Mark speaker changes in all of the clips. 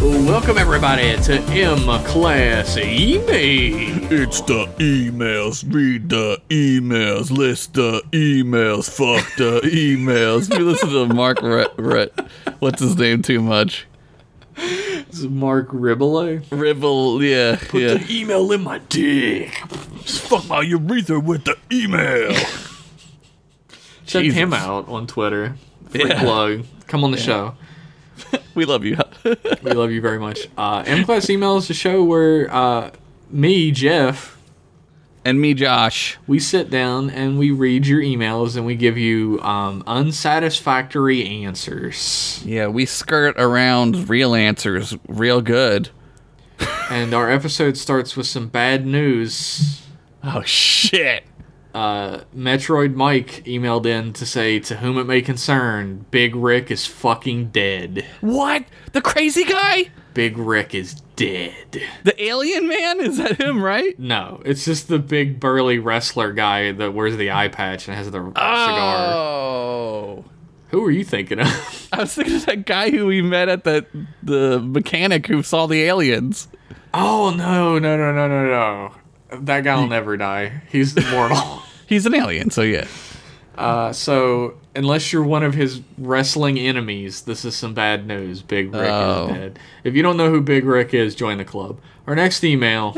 Speaker 1: Welcome everybody to M Class Email.
Speaker 2: It's the emails. Read the emails. List the emails. Fuck the emails. We listen to Mark Rhett. Rhett. What's his name? Too much.
Speaker 1: This is Mark Ribolo.
Speaker 2: Ribble. Yeah. yeah.
Speaker 1: email in my dick.
Speaker 2: fuck my urethra with the email.
Speaker 1: Check
Speaker 2: Jesus.
Speaker 1: him out on Twitter. Free
Speaker 2: Yeah.
Speaker 1: plug. Come on the show.
Speaker 2: we love you.
Speaker 1: We love you very much. Uh, M Class Email is a show where uh, me, Jeff,
Speaker 2: and me, Josh.
Speaker 1: we sit down and we read your emails and we give you um, unsatisfactory answers.
Speaker 2: Yeah, we skirt around real answers real good.
Speaker 1: And our episode starts with some bad news.
Speaker 2: Oh shit.
Speaker 1: Uh, Metroid Mike emailed in to say, "To whom it may concern, Big Rick is fucking dead.
Speaker 2: What? The crazy guy?
Speaker 1: Big Rick is dead."
Speaker 2: The alien man? Is that him? Right?
Speaker 1: No, it's just the big burly wrestler guy that wears the eye patch and has the cigar.
Speaker 2: Oh.
Speaker 1: Who are you thinking of?
Speaker 2: I was thinking of that guy who we met at the the mechanic who saw the aliens.
Speaker 1: oh no, no, no, no, no, no! That guy will never die. He's immortal.
Speaker 2: He's an alien, so yeah.
Speaker 1: uh, so unless you're one of his wrestling enemies, this is some bad news. Big Rick
Speaker 2: Oh.
Speaker 1: is dead. If you don't know who Big Rick is, join the club. Our next email.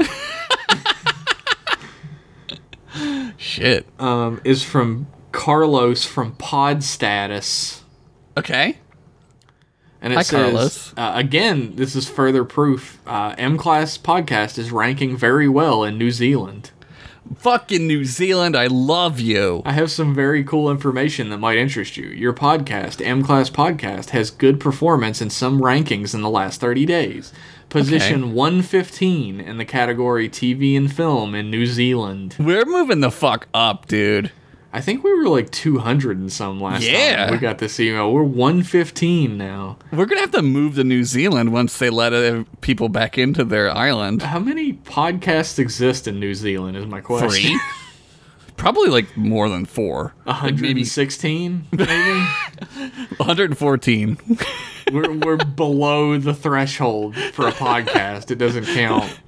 Speaker 2: Shit.
Speaker 1: um, is from Carlos from Pod Status,
Speaker 2: Okay.
Speaker 1: and it
Speaker 2: Hi,
Speaker 1: says
Speaker 2: Carlos.
Speaker 1: Uh, again, this is further proof. Uh, M Class podcast is ranking very well in New Zealand.
Speaker 2: Fucking New Zealand, I love you.
Speaker 1: I have some very cool information that might interest you. Your podcast, M Class Podcast, has good performance in some rankings in the last 30 days. Position 115 in the category TV and film in New Zealand.
Speaker 2: We're moving the fuck up, dude.
Speaker 1: I think we were like 200 and some last
Speaker 2: Yeah.
Speaker 1: time we got this email. We're 115 now.
Speaker 2: We're gonna have to move to New Zealand once they let uh, people back into their island.
Speaker 1: How many podcasts exist in New Zealand is my question.
Speaker 2: Three? Probably like more than four.
Speaker 1: Uh-huh.
Speaker 2: Like maybe
Speaker 1: 116 maybe
Speaker 2: 114.
Speaker 1: we're, we're below the threshold for a podcast it doesn't count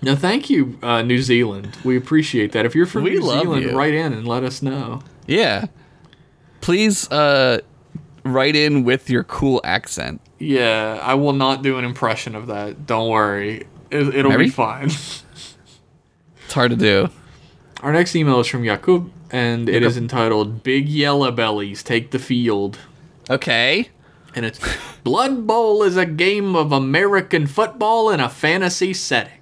Speaker 1: no thank you uh, new zealand we appreciate that if you're from
Speaker 2: We
Speaker 1: new
Speaker 2: love
Speaker 1: zealand
Speaker 2: you.
Speaker 1: write in and let us know
Speaker 2: yeah. Please uh, write in with your cool accent.
Speaker 1: yeah i will not do an impression of that don't worry it, it'll
Speaker 2: Mary?
Speaker 1: be fine
Speaker 2: It's hard to do.
Speaker 1: our next email is from yakub and it is entitled big yellow bellies take the field
Speaker 2: Okay.
Speaker 1: And it's Blood Bowl is a game of American football in a fantasy setting.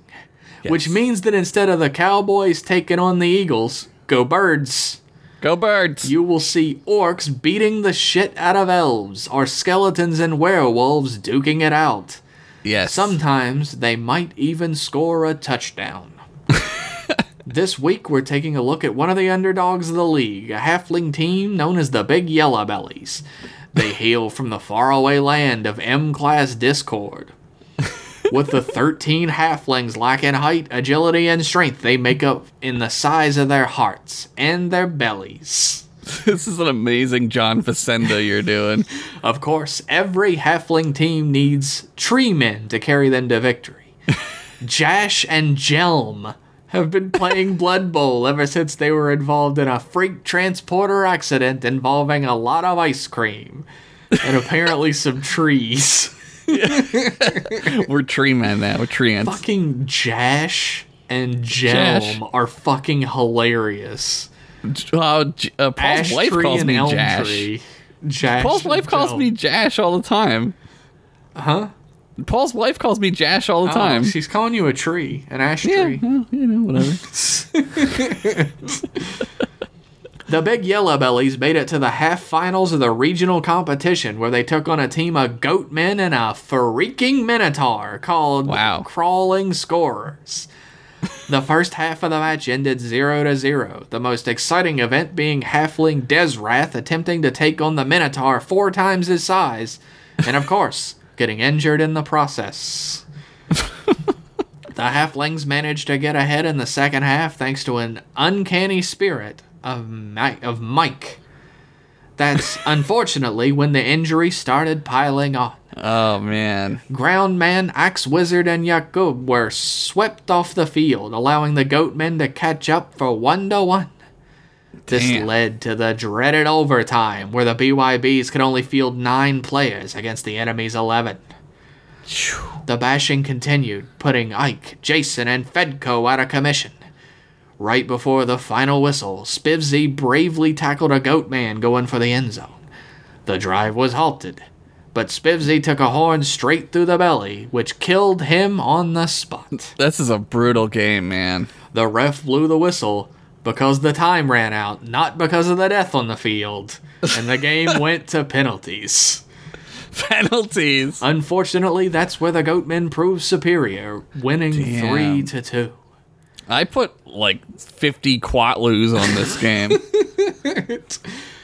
Speaker 1: Which
Speaker 2: Yes.
Speaker 1: means that instead of the Cowboys taking on the Eagles, go birds.
Speaker 2: Go birds.
Speaker 1: You will see orcs beating the shit out of elves, or skeletons and werewolves duking it out.
Speaker 2: yes.
Speaker 1: Sometimes they might even score a touchdown. this week, we're taking a look at one of the underdogs of the league, a halfling team known as the Big Yellow Bellies. They hail from the faraway land of M Class Discord. With the 13 halflings lacking height, agility, and strength, they make up in the size of their hearts and their bellies.
Speaker 2: This is an amazing John Facenda you're doing.
Speaker 1: Of course, every halfling team needs tree men to carry them to victory. Jash and Jelm have been playing Blood Bowl ever since they were involved in a freak transporter accident involving a lot of ice cream and apparently some trees.
Speaker 2: We're tree men now. We're tree ants.
Speaker 1: fucking Jash and Jelm
Speaker 2: Jash.
Speaker 1: are fucking hilarious.
Speaker 2: Oh, J- uh, Paul's
Speaker 1: Ash
Speaker 2: wife
Speaker 1: tree
Speaker 2: calls
Speaker 1: and
Speaker 2: me
Speaker 1: elm
Speaker 2: Jash.
Speaker 1: tree. Jash
Speaker 2: Paul's
Speaker 1: and
Speaker 2: wife calls
Speaker 1: Jelm.
Speaker 2: me Jash all the time. Huh? Paul's wife calls me Jash all the
Speaker 1: Oh,
Speaker 2: time.
Speaker 1: she's calling you a tree, an ash
Speaker 2: yeah,
Speaker 1: tree.
Speaker 2: well, you know, whatever.
Speaker 1: The Big Yellow Bellies made it to the half finals of the regional competition where they took on a team of goat men and a freaking minotaur called
Speaker 2: Wow.
Speaker 1: Crawling Scorers. the first half of the match ended 0 to 0, the most exciting event being halfling Desrath attempting to take on the minotaur four times his size, and of course, getting injured in the process. The Halflings managed to get ahead in the second half thanks to an uncanny spirit of Mike. Of Mike. That's unfortunately when the injuries started piling on.
Speaker 2: Oh man.
Speaker 1: Groundman, Axe Wizard, and Yakub were swept off the field, allowing the Goatmen to catch up for 1 to 1. This
Speaker 2: Damn.
Speaker 1: led to the dreaded overtime, where the BYBs could only field 9 players against the enemy's 11.
Speaker 2: Phew.
Speaker 1: The bashing continued, putting Ike, Jason, and Fedco out of commission. Right before the final whistle, Spivsy bravely tackled a goat man going for the end zone. The drive was halted, but Spivsy took a horn straight through the belly, which killed him on the spot.
Speaker 2: This is a brutal game, man.
Speaker 1: The ref blew the whistle because the time ran out, not because of the death on the field, and the game went to penalties.
Speaker 2: Penalties.
Speaker 1: Unfortunately, that's where the Goatmen proved superior, winning
Speaker 2: Damn.
Speaker 1: three to two.
Speaker 2: I put like 50 quatloos on this game.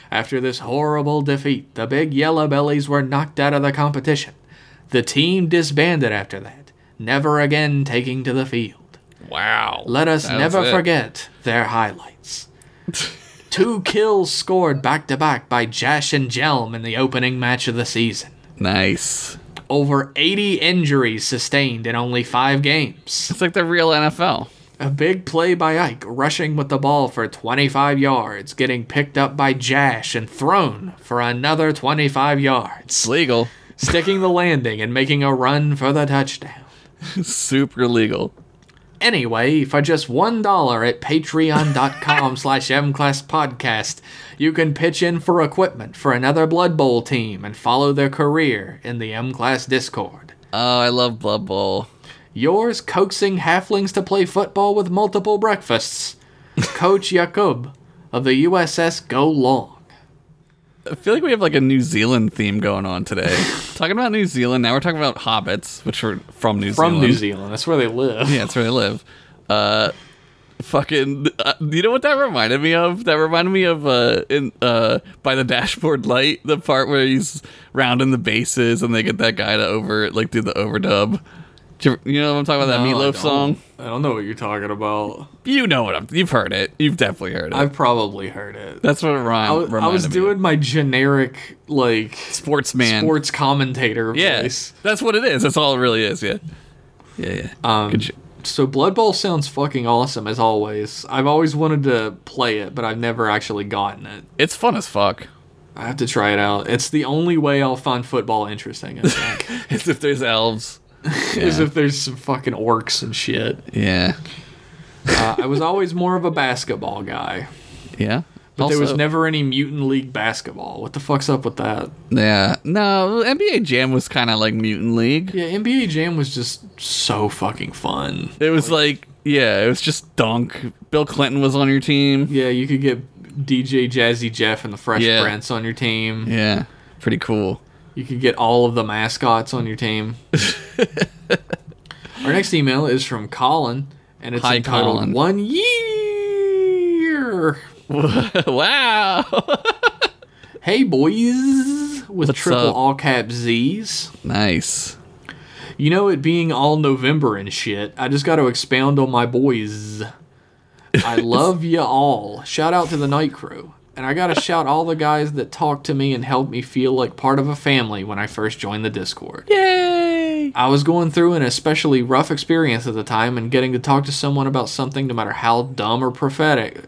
Speaker 1: After this horrible defeat, the big yellow bellies were knocked out of the competition. The team disbanded after that, never again taking to the field.
Speaker 2: wow.
Speaker 1: Let us
Speaker 2: That was
Speaker 1: never
Speaker 2: it.
Speaker 1: forget their highlights. Two kills scored back to back by Jash and Jelm in the opening match of the season.
Speaker 2: Nice.
Speaker 1: Over 80 injuries sustained in only five games.
Speaker 2: It's like the real NFL.
Speaker 1: A big play by Ike, rushing with the ball for 25 yards, getting picked up by Jash and thrown for another 25
Speaker 2: It's
Speaker 1: yards,
Speaker 2: legal.
Speaker 1: sticking the landing and making a run for the touchdown.
Speaker 2: Super legal.
Speaker 1: Anyway, for just one dollar at patreon.com slash mclasspodcast, you can pitch in for equipment for another Blood Bowl team and follow their career in the M-Class Discord.
Speaker 2: Oh, I love Blood Bowl.
Speaker 1: Yours coaxing halflings to play football with multiple breakfasts. Coach Yakub of the USS Go Long.
Speaker 2: I feel like we have like a New Zealand theme going on today. talking about New Zealand, now we're talking about hobbits, which are from New
Speaker 1: From
Speaker 2: Zealand.
Speaker 1: New Zealand. That's where they live.
Speaker 2: Yeah, that's where they live. Uh, fucking, uh, you know what that reminded me of? That reminded me of uh, in uh, by the dashboard light, the part where he's rounding the bases and they get that guy to over like do the overdub. Do You you know what I'm talking about? That Meatloaf song.
Speaker 1: I don't know what you're talking about.
Speaker 2: You know what I'm. You've heard it. You've definitely heard it.
Speaker 1: I've probably heard it.
Speaker 2: that's what it
Speaker 1: I
Speaker 2: rhyme,
Speaker 1: was, I
Speaker 2: reminded
Speaker 1: was
Speaker 2: me of.
Speaker 1: doing my generic, like,
Speaker 2: sportsman.
Speaker 1: sports commentator
Speaker 2: Yeah,
Speaker 1: voice.
Speaker 2: that's what it is. That's all it really is. Yeah, yeah, yeah.
Speaker 1: Um,
Speaker 2: Good shit.
Speaker 1: So Blood Bowl sounds fucking awesome as always. I've always wanted to play it, but I've never actually gotten it.
Speaker 2: It's fun as fuck.
Speaker 1: I have to try it out. It's the only way I'll find football interesting, I think.
Speaker 2: As if there's elves.
Speaker 1: As if there's some fucking orcs and shit.
Speaker 2: Yeah,
Speaker 1: Uh, I was always more of a basketball guy,
Speaker 2: yeah.
Speaker 1: but there was
Speaker 2: Also-
Speaker 1: never any Mutant League basketball. What the fuck's up with that?
Speaker 2: Yeah, no. NBA Jam was kind of like Mutant League.
Speaker 1: Yeah, NBA Jam was just so fucking fun.
Speaker 2: It was like, yeah, it was just dunk. Bill Clinton was on your team.
Speaker 1: Yeah, you could get DJ Jazzy Jeff and the Fresh
Speaker 2: Yeah.
Speaker 1: Prince on your team.
Speaker 2: Yeah, pretty cool.
Speaker 1: You could get all of the mascots on your team. Our next email is from Colin, and it's
Speaker 2: Hi,
Speaker 1: entitled
Speaker 2: Colin.
Speaker 1: One Year.
Speaker 2: wow,
Speaker 1: Hey, boys, with
Speaker 2: What's
Speaker 1: triple
Speaker 2: up?
Speaker 1: all cap Z's.
Speaker 2: nice.
Speaker 1: You know, it being all November and shit, I just got to expound on my boys. I love ya all. Shout out to the night crew. And I got to shout all the guys that talked to me and helped me feel like part of a family when I first joined the Discord.
Speaker 2: Yay!
Speaker 1: I was going through an especially rough experience at the time, and getting to talk to someone about something, no matter how dumb or prophetic,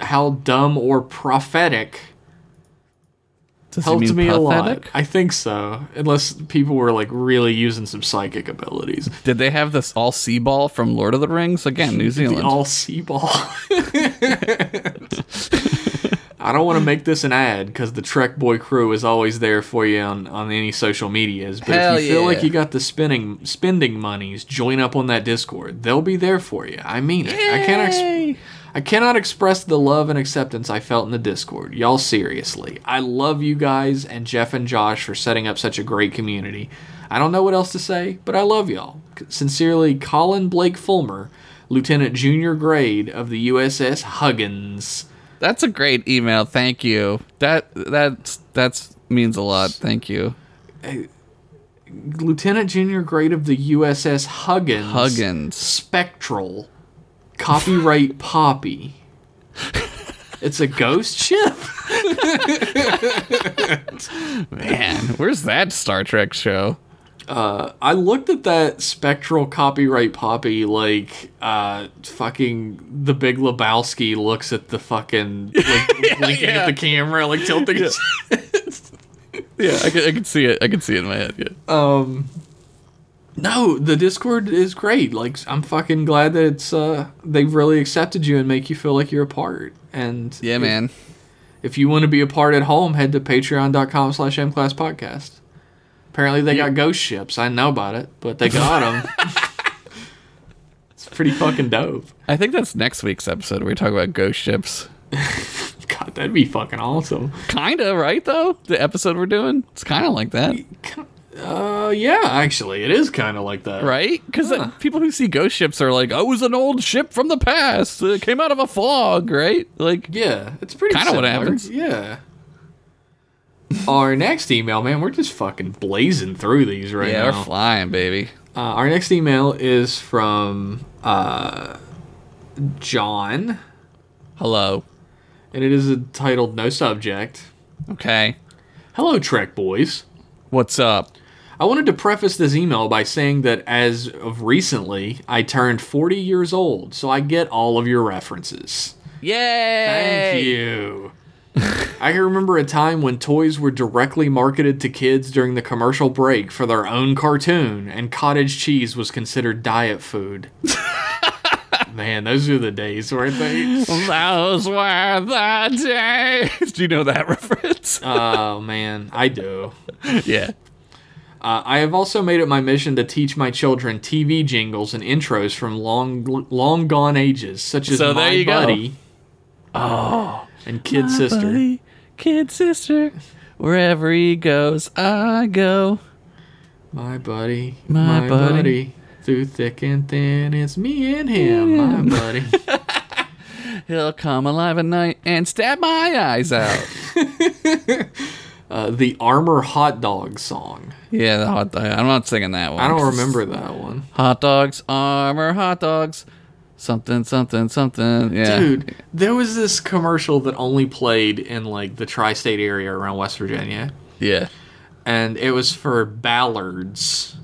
Speaker 1: uh, how dumb or prophetic
Speaker 2: Does he
Speaker 1: helped
Speaker 2: mean
Speaker 1: me a lot.
Speaker 2: pathetic?
Speaker 1: I think so. Unless people were like really using some psychic abilities.
Speaker 2: Did they have this all sea ball from Lord of the Rings again? New
Speaker 1: The
Speaker 2: Zealand.
Speaker 1: all sea ball. I don't want to make this an ad because the Trek Boy crew is always there for you on, on any social medias. But
Speaker 2: Hell
Speaker 1: if you feel
Speaker 2: yeah.
Speaker 1: like you got the spending spending monies, join up on that Discord. They'll be there for you. I mean it. I can't explain.
Speaker 2: Yay!
Speaker 1: I cannot express the love and acceptance I felt in the Discord. Y'all, seriously. I love you guys and Jeff and Josh for setting up such a great community. I don't know what else to say, but I love y'all. Sincerely, Colin Blake Fulmer, Lieutenant Junior Grade of the USS Huggins.
Speaker 2: That's a great email. Thank you. That that's that's means a lot. Thank you.
Speaker 1: Lieutenant Junior Grade of the USS Huggins.
Speaker 2: Huggins.
Speaker 1: Spectral. Copyright Poppy. It's a ghost ship?
Speaker 2: Man, where's that Star Trek show?
Speaker 1: I looked at that spectral copyright poppy like uh fucking the big Lebowski looks at the fucking like blinking
Speaker 2: yeah.
Speaker 1: at the camera like tilting his-
Speaker 2: Yeah, I could, I could see it. I could see it in my head. Yeah.
Speaker 1: No, the Discord is great. Like I'm fucking glad that it's uh they've really accepted you and make you feel like you're a part. And
Speaker 2: yeah,
Speaker 1: if-
Speaker 2: man.
Speaker 1: If you want to be a part at home, head to patreon.com slash mclasspodcast. Apparently they got ghost ships. I know about it, but they got them. it's pretty fucking dope.
Speaker 2: I think that's next week's episode. where We talk about ghost ships.
Speaker 1: God, that'd be fucking awesome.
Speaker 2: Kinda right though. The episode we're doing, it's kind of like that,
Speaker 1: Uh, yeah, actually, it is kind of like that.
Speaker 2: right? Because people who see ghost ships are like, "Oh, it was an old ship from the past. It came out of a fog," right? Like,
Speaker 1: Yeah, it's pretty
Speaker 2: Kinda what
Speaker 1: similar.
Speaker 2: happens.
Speaker 1: Yeah. our next email, man, we're just fucking blazing through these right
Speaker 2: yeah,
Speaker 1: now.
Speaker 2: we're flying, baby.
Speaker 1: uh, our next email is from uh, John,
Speaker 2: Hello.
Speaker 1: and it is titled "No Subject."
Speaker 2: Okay.
Speaker 1: Hello, Trek boys.
Speaker 2: What's up?
Speaker 1: I wanted to preface this email by saying that as of recently, I turned 40 years old, so I get all of your references.
Speaker 2: Yay!
Speaker 1: Thank you. I can remember a time when toys were directly marketed to kids during the commercial break for their own cartoon, and cottage cheese was considered diet food. Man, those are the days, weren't they?
Speaker 2: Those were the days. Do you know that reference?
Speaker 1: Oh man, I do.
Speaker 2: yeah.
Speaker 1: Uh, I have also made it my mission to teach my children TV jingles and intros from long, long gone ages, such as
Speaker 2: So
Speaker 1: My
Speaker 2: there you go. Oh.
Speaker 1: Buddy. and Kid Sister.
Speaker 2: Buddy, kid sister. Wherever he goes, I go.
Speaker 1: My buddy, my,
Speaker 2: My
Speaker 1: buddy.
Speaker 2: buddy.
Speaker 1: through thick and thin, it's me and him, my buddy.
Speaker 2: He'll come alive at night and stab my eyes out.
Speaker 1: Uh, the Armor Hot Dog song.
Speaker 2: yeah, the hot dog. I'm not singing that one.
Speaker 1: I don't
Speaker 2: 'cause
Speaker 1: remember that one.
Speaker 2: Hot dogs, armor, hot dogs. Something, something, something. Yeah.
Speaker 1: Dude, there was this commercial that only played in like the tri-state area around West Virginia,
Speaker 2: Yeah.
Speaker 1: and it was for Ballard's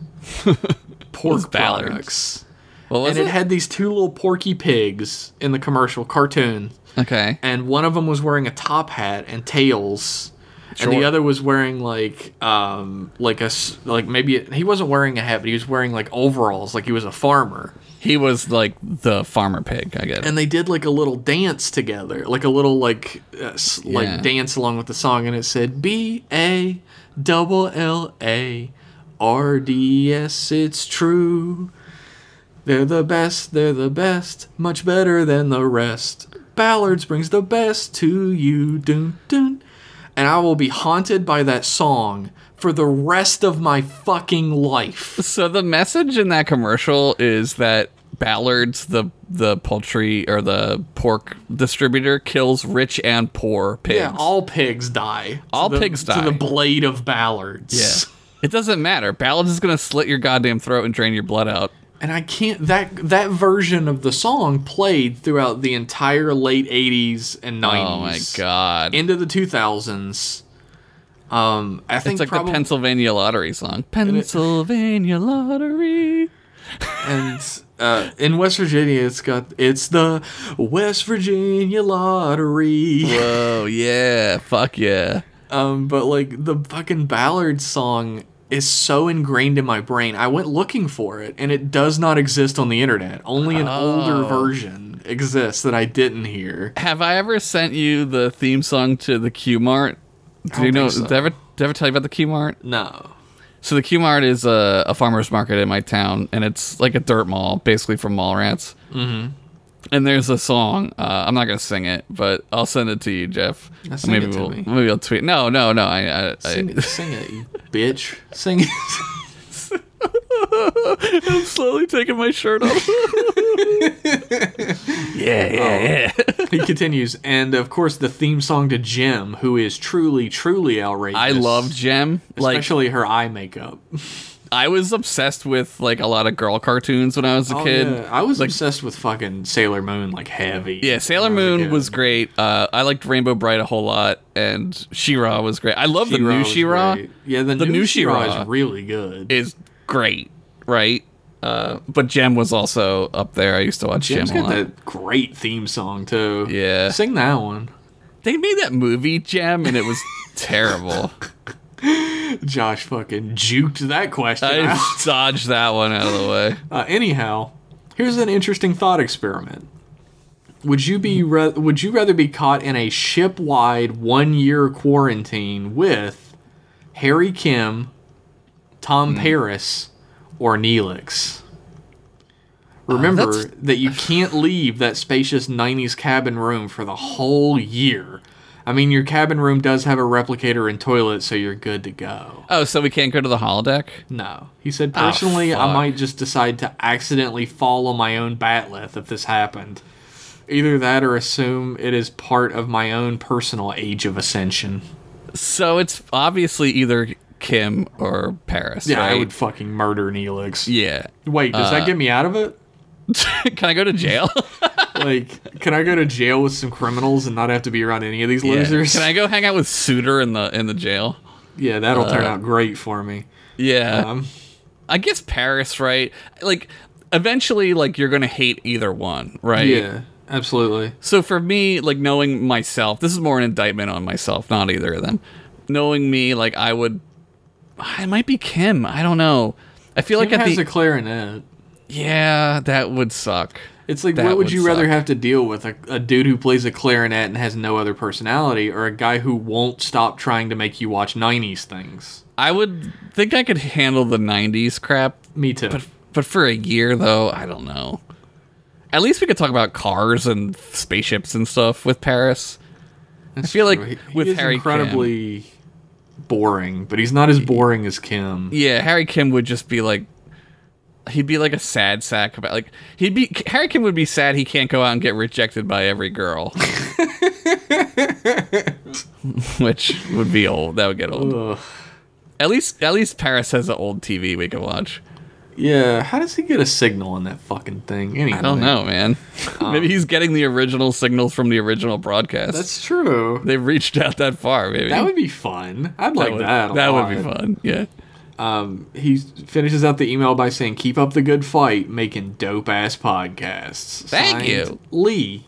Speaker 1: pork
Speaker 2: Ballard's?
Speaker 1: products.
Speaker 2: What was
Speaker 1: And it had these two little porky pigs in the commercial cartoon.
Speaker 2: okay.
Speaker 1: and one of them was wearing a top hat and tails, and
Speaker 2: Sure.
Speaker 1: the other was wearing like um like a s- like maybe he wasn't wearing a hat, but he was wearing like overalls, like he was a farmer.
Speaker 2: He was like the farmer pig, I guess.
Speaker 1: And they did like a little dance together, like a little like uh, s-
Speaker 2: Yeah.
Speaker 1: like dance along with the song, and it said B A double L A R D E S. It's true. They're the best, they're the best, much better than the rest. Ballard's brings the best to you. Dun, dun. And I will be haunted by that song for the rest of my fucking life.
Speaker 2: So the message in that commercial is that Ballard's the the poultry or the pork distributor kills rich and poor pigs.
Speaker 1: Yeah, all pigs die. to
Speaker 2: All
Speaker 1: the-
Speaker 2: pigs
Speaker 1: To the
Speaker 2: die.
Speaker 1: blade of Ballard's.
Speaker 2: Yeah. It doesn't matter. Ballard's is gonna slit your goddamn throat and drain your blood out.
Speaker 1: and I can't that that version of the song played throughout the entire late 80s and 90s.
Speaker 2: Oh my god.
Speaker 1: Into the 2000s. Um I think
Speaker 2: it's like
Speaker 1: probably
Speaker 2: the Pennsylvania lottery song. Pennsylvania lottery.
Speaker 1: and uh, in West Virginia it's got it's the West Virginia lottery.
Speaker 2: Whoa, yeah. Fuck yeah.
Speaker 1: Um but like the fucking Ballard song is so ingrained in my brain. I went looking for it and it does not exist on the internet. Only an
Speaker 2: Oh.
Speaker 1: older version exists that I didn't hear.
Speaker 2: Have I ever sent you the theme song to the Q Mart? Do you
Speaker 1: don't
Speaker 2: know
Speaker 1: think so.
Speaker 2: did I ever did I ever tell you about the Q Mart?
Speaker 1: No.
Speaker 2: So the Q Mart is a, a farmer's market in my town, and it's like a dirt mall, basically from Mallrats. Mm-hmm. And there's a song. Uh, I'm not gonna sing it, but I'll send it to you, Jeff.
Speaker 1: sing
Speaker 2: maybe
Speaker 1: it to
Speaker 2: we'll
Speaker 1: me.
Speaker 2: maybe I'll tweet. No, no, no. I, I,
Speaker 1: Sing
Speaker 2: I
Speaker 1: it, sing it, you bitch. Sing it.
Speaker 2: I'm slowly taking my shirt off. yeah, yeah, yeah.
Speaker 1: Oh. he continues, and of course the theme song to Jim, who is truly, truly outrageous.
Speaker 2: I love Jem. Like
Speaker 1: especially her eye makeup.
Speaker 2: I was obsessed with like a lot of girl cartoons when I was a
Speaker 1: Oh,
Speaker 2: kid.
Speaker 1: yeah. I was obsessed with fucking Sailor Moon, like heavy.
Speaker 2: Yeah, Sailor
Speaker 1: when I a
Speaker 2: Moon
Speaker 1: kid.
Speaker 2: was great. Uh, I liked Rainbow Bright a whole lot, and She-Ra was great. I love the
Speaker 1: She-Ra
Speaker 2: new
Speaker 1: was
Speaker 2: She-Ra.
Speaker 1: great. Yeah, the,
Speaker 2: The
Speaker 1: new,
Speaker 2: new
Speaker 1: She-Ra,
Speaker 2: She-Ra.
Speaker 1: is really good.
Speaker 2: Is great, right? Uh, but Gem was also up there. I used to watch
Speaker 1: Jim's
Speaker 2: Gem a
Speaker 1: got
Speaker 2: lot.
Speaker 1: that great theme song too.
Speaker 2: Yeah.
Speaker 1: sing that one.
Speaker 2: They made that movie Gem, and it was terrible.
Speaker 1: Josh fucking juked that question
Speaker 2: I
Speaker 1: out.
Speaker 2: dodged that one out of the way.
Speaker 1: Uh, anyhow, here's an interesting thought experiment. Would you be ra- would you rather be caught in a ship-wide 1-year quarantine with Harry Kim, Tom Paris, or Neelix? Remember
Speaker 2: that's-
Speaker 1: that you can't leave that spacious 90s cabin room for the whole year. I mean, your cabin room does have a replicator and toilet, so you're good to go.
Speaker 2: Oh, so we can't go to the holodeck?
Speaker 1: No. He said, personally, I
Speaker 2: Ah, fuck.
Speaker 1: might just decide to accidentally fall on my own batleth if this happened. Either that or assume it is part of my own personal age of ascension.
Speaker 2: So it's obviously either Kim or Paris.
Speaker 1: Yeah, I
Speaker 2: right?
Speaker 1: would fucking murder Neelix.
Speaker 2: Yeah. Uh,
Speaker 1: Wait, does that get me out of it?
Speaker 2: Can I go to jail?
Speaker 1: Like, can I go to jail with some criminals and not have to be around any of these losers?
Speaker 2: Can I go hang out with Suter in the in the jail?
Speaker 1: yeah, that'll turn
Speaker 2: Uh,
Speaker 1: out great for me.
Speaker 2: Yeah.
Speaker 1: Um,
Speaker 2: I guess Paris, right? Like eventually like you're going to hate either one, right?
Speaker 1: yeah, absolutely.
Speaker 2: So for me, like knowing myself, this is more an indictment on myself, not either of them. Knowing me, like I would I might be Kim. I don't know. I feel
Speaker 1: Like
Speaker 2: like at
Speaker 1: has
Speaker 2: the
Speaker 1: a clarinet.
Speaker 2: Yeah, that would suck.
Speaker 1: It's like,
Speaker 2: That
Speaker 1: what would
Speaker 2: would
Speaker 1: you rather
Speaker 2: suck.
Speaker 1: have to deal with? A, a dude who plays a clarinet and has no other personality, or a guy who won't stop trying to make you watch 90s things?
Speaker 2: I would think I could handle the 90s crap,
Speaker 1: Me too.
Speaker 2: but for a year though, I don't know. At least we could talk about cars and spaceships and stuff with Paris. I feel like
Speaker 1: He- he
Speaker 2: with
Speaker 1: is
Speaker 2: Harry Kim,
Speaker 1: incredibly boring, but he's not as boring as Kim.
Speaker 2: yeah, Harry Kim would just be like he'd be like a sad sack about like he'd be Harry Kim would be sad he can't go out and get rejected by every girl. Which would be old. That would get old.
Speaker 1: Ugh.
Speaker 2: At least at least Paris has an old TV we can watch.
Speaker 1: Yeah, how does he get a signal on that fucking thing? Anyway,
Speaker 2: I don't know, man. maybe he's getting the original signals from the original broadcast.
Speaker 1: Um, That's true.
Speaker 2: They've reached out that far, maybe.
Speaker 1: That would be fun. I'd like
Speaker 2: would-
Speaker 1: that. a
Speaker 2: that would be
Speaker 1: lot.
Speaker 2: fun. Yeah.
Speaker 1: Um, he finishes out the email by saying, "Keep up the good fight, making dope ass podcasts."
Speaker 2: Thank you.
Speaker 1: Lee.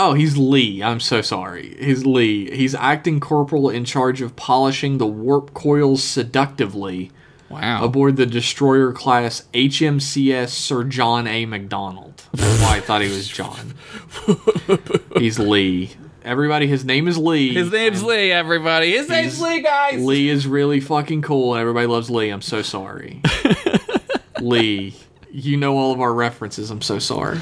Speaker 1: Oh, he's Lee. I'm so sorry. He's Lee. He's acting corporal in charge of polishing the warp coils seductively
Speaker 2: Wow.
Speaker 1: aboard the destroyer class HMCS Sir John A. MacDonald. That's why I thought he was John. he's Lee. Everybody, his name is Lee.
Speaker 2: His name's Lee, everybody. His name's Lee, guys.
Speaker 1: Lee is really fucking cool, and everybody loves Lee. I'm so sorry. Lee, you know all of our references. I'm so sorry.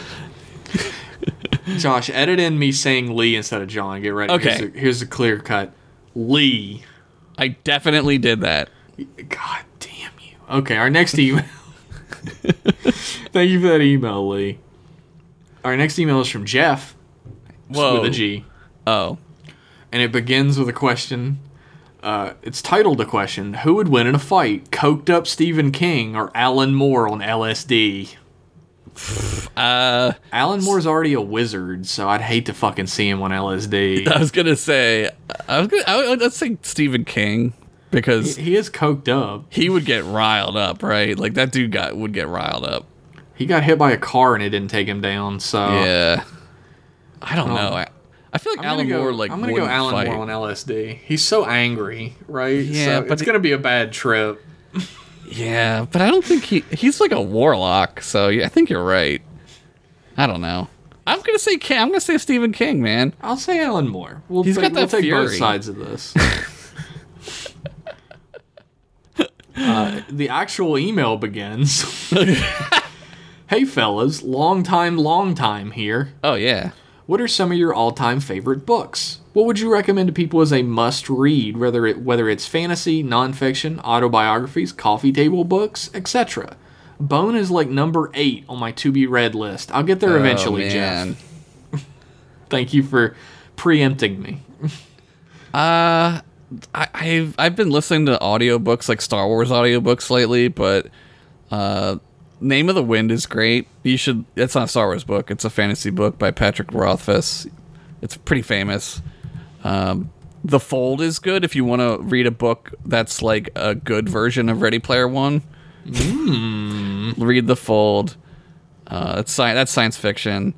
Speaker 1: Josh, edit in me saying Lee instead of John. Get ready.
Speaker 2: Okay.
Speaker 1: Here's a, here's a clear cut. Lee.
Speaker 2: I definitely did that.
Speaker 1: God damn you. Okay, our next email. Thank you for that email, Lee. Our next email is from Jeff
Speaker 2: Whoa.
Speaker 1: with a G.
Speaker 2: Oh.
Speaker 1: and it begins with a question. Uh, it's titled a question: Who would win in a fight, coked up Stephen King or Alan Moore on LSD?
Speaker 2: Uh,
Speaker 1: Alan Moore's already a wizard, so I'd hate to fucking see him on LSD.
Speaker 2: I was gonna say, I was gonna, I, would- let's say Stephen King because
Speaker 1: he is coked up.
Speaker 2: he would get riled up, right? Like that dude got would get riled up.
Speaker 1: He got hit by a car and it didn't take him down. So
Speaker 2: yeah. I don't know. I, I feel like
Speaker 1: Oh. I'm
Speaker 2: Alan
Speaker 1: gonna go,
Speaker 2: Moore like
Speaker 1: I'm gonna go
Speaker 2: wouldn't
Speaker 1: Alan
Speaker 2: fight.
Speaker 1: Moore on LSD. He's so angry, right?
Speaker 2: Yeah,
Speaker 1: so
Speaker 2: but
Speaker 1: it's
Speaker 2: he-
Speaker 1: gonna be a bad trip.
Speaker 2: Yeah, but I don't think he he's like a warlock, so yeah, I think you're right. I don't know. I'm gonna say King. I'm gonna say Stephen King, man.
Speaker 1: I'll say Alan Moore. We'll,
Speaker 2: He's
Speaker 1: ta-
Speaker 2: got that
Speaker 1: we'll take both
Speaker 2: fury.
Speaker 1: sides of this. uh, the actual email begins. hey fellas, long time, long time here.
Speaker 2: Oh yeah.
Speaker 1: What are some of your all-time favorite books? What would you recommend to people as a must-read, whether it whether it's fantasy, nonfiction, autobiographies, coffee table books, etc. Bone is like number eight on my to-be-read list. I'll get there eventually,
Speaker 2: oh,
Speaker 1: Jeff.
Speaker 2: man.
Speaker 1: Thank you for preempting me.
Speaker 2: Uh, I, I've I've been listening to audiobooks like Star Wars audiobooks lately, but uh, Name of the Wind is great. You should. It's not a Star Wars book. It's a fantasy book by Patrick Rothfuss. It's pretty famous. Um, the Fold is good if you want to read a book that's like a good version of Ready Player One. read The Fold. Uh, that's sci- that's science fiction.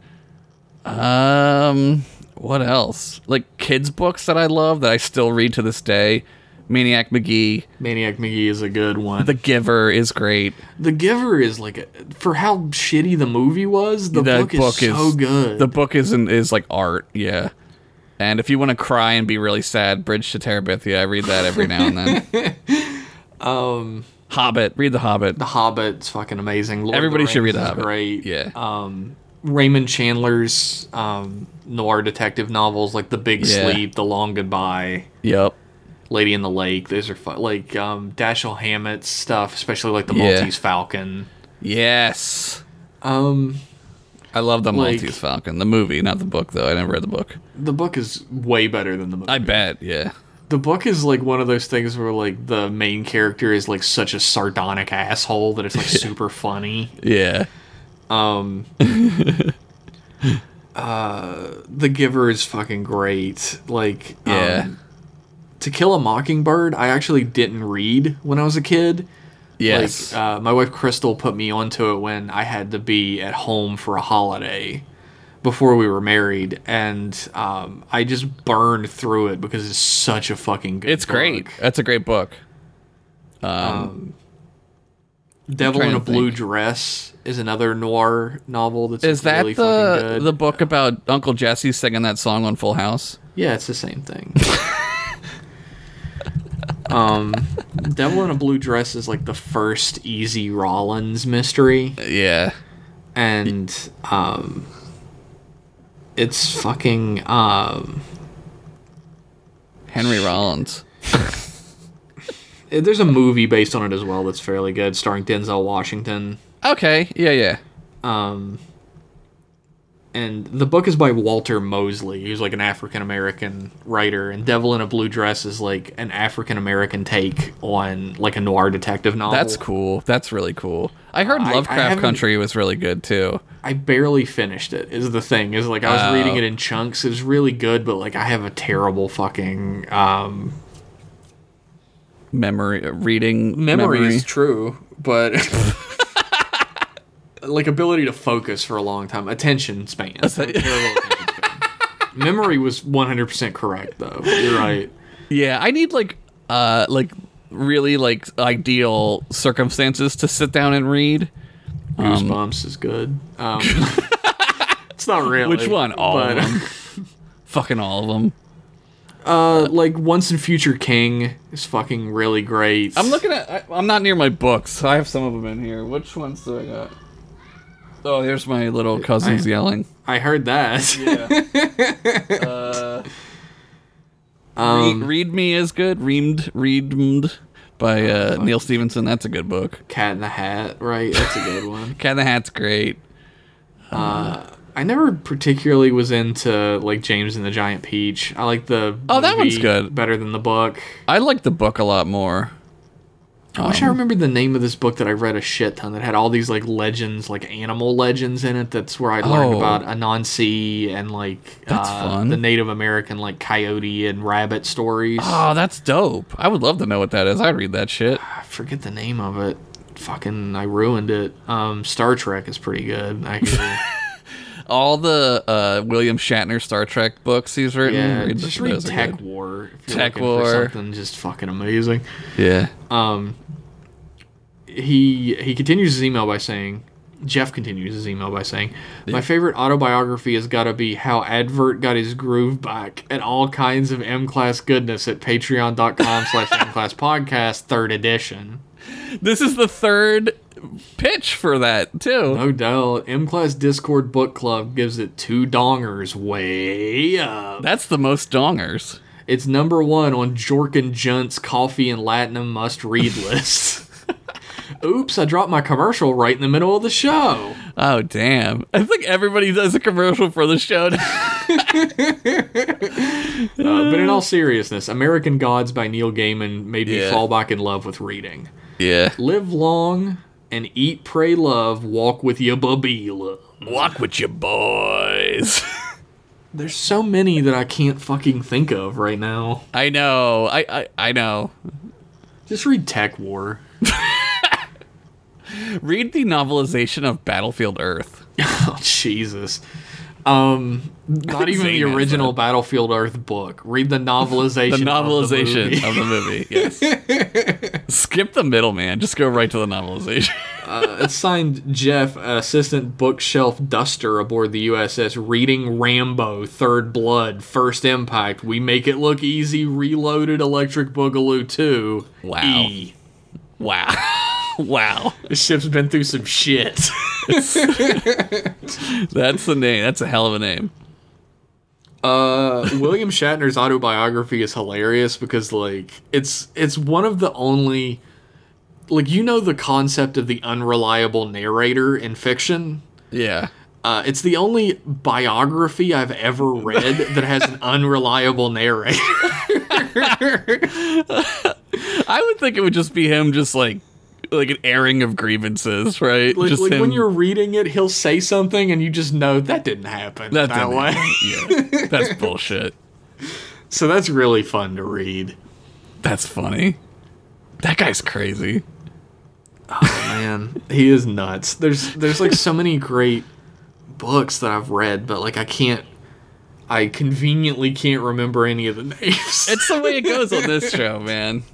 Speaker 2: Um, what else? Like kids books that I love that I still read to this day. Maniac McGee,
Speaker 1: Maniac McGee is a good one.
Speaker 2: The Giver is great.
Speaker 1: The Giver is like a, for how shitty the movie was. The,
Speaker 2: That
Speaker 1: book, is so good.
Speaker 2: The book is in, is like art, yeah. And if you want to cry and be really sad, Bridge to Terabithia, I read that every now and then. um, Hobbit, read the Hobbit.
Speaker 1: Um, the Hobbit's fucking amazing. Lord of the
Speaker 2: Everybody should
Speaker 1: Rings
Speaker 2: read The
Speaker 1: is
Speaker 2: Hobbit.
Speaker 1: Great.
Speaker 2: Yeah.
Speaker 1: Um, Raymond Chandler's um, noir detective novels like The Big
Speaker 2: Yeah.
Speaker 1: Sleep, The Long Goodbye,
Speaker 2: yep.
Speaker 1: Lady in the Lake. Those are fun. like um, Dashiell Hammett's stuff, especially like the
Speaker 2: Yeah.
Speaker 1: Maltese Falcon.
Speaker 2: Yes.
Speaker 1: Um,
Speaker 2: I love the
Speaker 1: Like-
Speaker 2: Maltese Falcon, the movie, not the book though. I never read the book.
Speaker 1: the book is way better than the movie.
Speaker 2: I bet, yeah.
Speaker 1: the book is like one of those things where like the main character is like such a sardonic asshole that it's like super funny.
Speaker 2: Yeah.
Speaker 1: Um, uh, The Giver is fucking great. Like, um,
Speaker 2: Yeah.
Speaker 1: To Kill a Mockingbird, I actually didn't read when I was a kid.
Speaker 2: yes.
Speaker 1: Like, uh, my wife Crystal put me onto it when I had to be at home for a holiday before we were married, and um, I just burned through it because it's such a fucking good.
Speaker 2: It's great.
Speaker 1: book.
Speaker 2: That's a great book.
Speaker 1: Devil
Speaker 2: trying
Speaker 1: in a
Speaker 2: to
Speaker 1: Blue
Speaker 2: think.
Speaker 1: Dress is another noir novel that's
Speaker 2: Is that
Speaker 1: really fucking
Speaker 2: the
Speaker 1: good.
Speaker 2: the book about Uncle Jesse singing that song on Full House?
Speaker 1: Yeah, it's the same thing. um, Devil in a Blue Dress is like the first Easy Rollins mystery,
Speaker 2: Yeah.
Speaker 1: and um, it's fucking um.
Speaker 2: Henry Rollins.
Speaker 1: eh, There's a movie based on it as well that's fairly good, starring Denzel Washington.
Speaker 2: Okay. Yeah, yeah.
Speaker 1: Um, and the book is by Walter Mosley, who's like an African American writer, and Devil in a Blue Dress is like an African American take on like a noir detective novel.
Speaker 2: That's cool. That's really cool. I heard
Speaker 1: I
Speaker 2: Lovecraft
Speaker 1: haven't-
Speaker 2: Country was really good too.
Speaker 1: I barely finished it. Is the thing is like I was
Speaker 2: Oh.
Speaker 1: reading it in chunks. It was really good, but like I have a terrible fucking um,
Speaker 2: Memory uh, reading
Speaker 1: memory,
Speaker 2: memory.
Speaker 1: is true, but like ability to focus for a long time, attention span. I have a terrible attention span. Memory was one hundred percent correct though. You're right.
Speaker 2: Yeah, I need like uh like really like ideal circumstances to sit down and read.
Speaker 1: Goosebumps is good. Um, it's not really
Speaker 2: Which one? All
Speaker 1: but-
Speaker 2: of them. Fucking all of them.
Speaker 1: Uh, like Once and Future King is fucking really great.
Speaker 2: I'm looking at. I, I'm not near my books. I have some of them in here. Which ones do I got? Oh, there's my little cousins
Speaker 1: I-
Speaker 2: yelling.
Speaker 1: I heard that.
Speaker 2: Read, Read Me is good. Reamed, reamed by uh, Neil Stevenson. That's a good book.
Speaker 1: Cat in the Hat, right? That's a good one.
Speaker 2: Cat in the Hat's great.
Speaker 1: I never particularly was into like James and the Giant Peach. I like the
Speaker 2: Oh, that one's
Speaker 1: movie
Speaker 2: good.
Speaker 1: better than the book.
Speaker 2: I like the book a lot more.
Speaker 1: I wish I
Speaker 2: Um,
Speaker 1: remembered the name of this book that I read a shit ton that had all these like legends, like animal legends in it. That's where I learned
Speaker 2: Oh.
Speaker 1: about Anansi and like
Speaker 2: That's
Speaker 1: uh,
Speaker 2: fun.
Speaker 1: the Native American like coyote and rabbit stories.
Speaker 2: Oh, that's dope. I would love to know what that is. I'd read that shit.
Speaker 1: I forget the name of it. Fucking, I ruined it. Um, Star Trek is pretty good. Actually.
Speaker 2: All the uh, William Shatner Star Trek books he's written.
Speaker 1: yeah,
Speaker 2: read
Speaker 1: just
Speaker 2: th-
Speaker 1: read
Speaker 2: those are
Speaker 1: Tech
Speaker 2: good.
Speaker 1: War. If you're
Speaker 2: Tech
Speaker 1: looking for
Speaker 2: War.
Speaker 1: something just fucking amazing.
Speaker 2: Yeah.
Speaker 1: Um, he he continues his email by saying, Jeff continues his email by saying, "My favorite autobiography has got to be how Advert got his groove back and all kinds of M class goodness at Patreon.com/slash M class podcast third edition.
Speaker 2: This is the third pitch for that, too.
Speaker 1: No doubt, M class Discord book club gives it two dongers way up.
Speaker 2: That's the most dongers.
Speaker 1: It's number one on Jork and Junt's Coffee and Latinum must read list. Oops, I dropped my commercial right in the middle of the show."
Speaker 2: Oh damn! I think everybody does a commercial for the show. now.
Speaker 1: Uh, but in all seriousness, American Gods by Neil Gaiman made me
Speaker 2: Yeah.
Speaker 1: fall back in love with reading.
Speaker 2: Yeah.
Speaker 1: Live long and eat, pray, love, walk with your babila.
Speaker 2: Walk with your boys.
Speaker 1: There's so many that I can't fucking think of right now.
Speaker 2: I know. I, I I know.
Speaker 1: Just read Tech War.
Speaker 2: Read the novelization of Battlefield Earth.
Speaker 1: Oh Jesus. Um, not even the
Speaker 2: Zane has
Speaker 1: original Battlefield Earth book. Read the novelization.
Speaker 2: The
Speaker 1: of
Speaker 2: novelization
Speaker 1: movie.
Speaker 2: of the movie. Yes. Skip the middle, man. Just go right to the novelization.
Speaker 1: Uh, it's signed Jeff, assistant bookshelf duster aboard the USS, reading Rambo, Third Blood, First Impact. We make it look easy. Reloaded, Electric Boogaloo Two.
Speaker 2: Wow.
Speaker 1: E.
Speaker 2: Wow. wow.
Speaker 1: This ship's been through some shit.
Speaker 2: That's the name. That's a hell of a name.
Speaker 1: Uh, William Shatner's autobiography is hilarious because like it's it's one of the only like you know the concept of the unreliable narrator in fiction.
Speaker 2: Yeah.
Speaker 1: Uh, it's the only biography I've ever read that has an unreliable narrator.
Speaker 2: I would think it would just be him just like like an airing of grievances, right?
Speaker 1: Like,
Speaker 2: just
Speaker 1: like
Speaker 2: him.
Speaker 1: when you're reading it, he'll say something and you just know that didn't happen
Speaker 2: that
Speaker 1: that,
Speaker 2: didn't
Speaker 1: way.
Speaker 2: happen. Yeah. That's bullshit.
Speaker 1: So that's really fun to read.
Speaker 2: That's funny. That guy's crazy.
Speaker 1: man he is nuts there's there's like so many great books that i've read but like i can't i conveniently can't remember any of the names
Speaker 2: It's the way it goes on this show, man.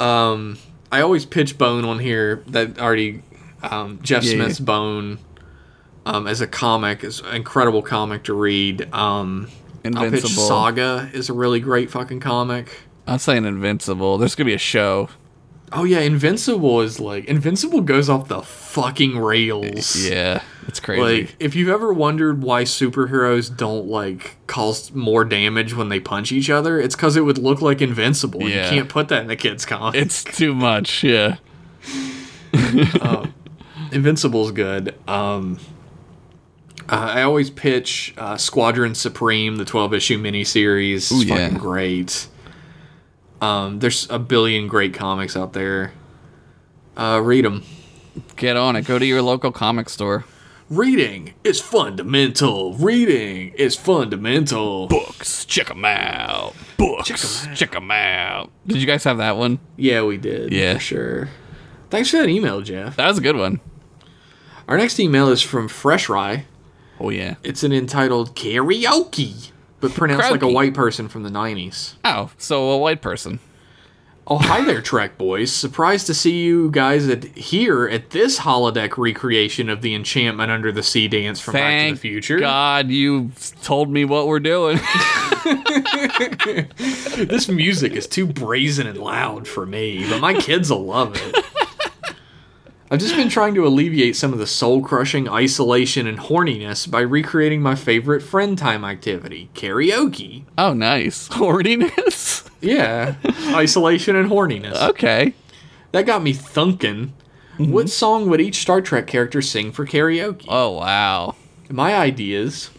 Speaker 1: i always pitch bone on here that already um, jeff
Speaker 2: Yeah, yeah.
Speaker 1: smith's bone um, as a comic is an incredible comic to read um I'll pitch
Speaker 2: Invincible.
Speaker 1: saga is a really great fucking comic
Speaker 2: I'm saying Invincible. There's gonna be a show.
Speaker 1: oh yeah invincible is like invincible goes off the fucking rails
Speaker 2: Yeah, it's crazy.
Speaker 1: Like, if you've ever wondered why superheroes don't like cause more damage when they punch each other, it's because it would look like invincible. and
Speaker 2: Yeah.
Speaker 1: You can't put that in a kids' comic.
Speaker 2: it's too much. Yeah.
Speaker 1: Invincible's good. Um, uh, I always pitch uh, Squadron Supreme, the twelve issue miniseries.
Speaker 2: Ooh,
Speaker 1: It's fucking
Speaker 2: yeah.
Speaker 1: great. Um, there's a billion great comics out there. Uh, read them.
Speaker 2: Get on it. Go to your local comic store.
Speaker 1: Reading is fundamental. Reading is fundamental.
Speaker 2: Books. Check them out. Books. Check them out. Did you guys have that one?
Speaker 1: Yeah, we did.
Speaker 2: Yeah.
Speaker 1: For sure. Thanks for that email, Jeff.
Speaker 2: That was a good one.
Speaker 1: Our next email is from Fresh Rye.
Speaker 2: Oh yeah.
Speaker 1: It's an entitled Karaoke, but pronounced like a
Speaker 2: Karaoke.
Speaker 1: white person from the 90s.
Speaker 2: Oh, so a white person.
Speaker 1: Oh, hi there, Trek Boys. Surprised to see you guys at, here at this holodeck recreation of the Enchantment Under the Sea dance from Back to
Speaker 2: Thank
Speaker 1: the Future.
Speaker 2: God you told me what we're doing.
Speaker 1: This music is too brazen and loud for me, but my kids will love it. I've just been trying to alleviate some of the soul crushing isolation and horniness by recreating my favorite friend time activity karaoke.
Speaker 2: oh, nice. Horniness.
Speaker 1: Yeah, isolation and horniness.
Speaker 2: Okay.
Speaker 1: That got me thunking. What song would each Star Trek character sing for karaoke?
Speaker 2: Oh wow.
Speaker 1: My ideas.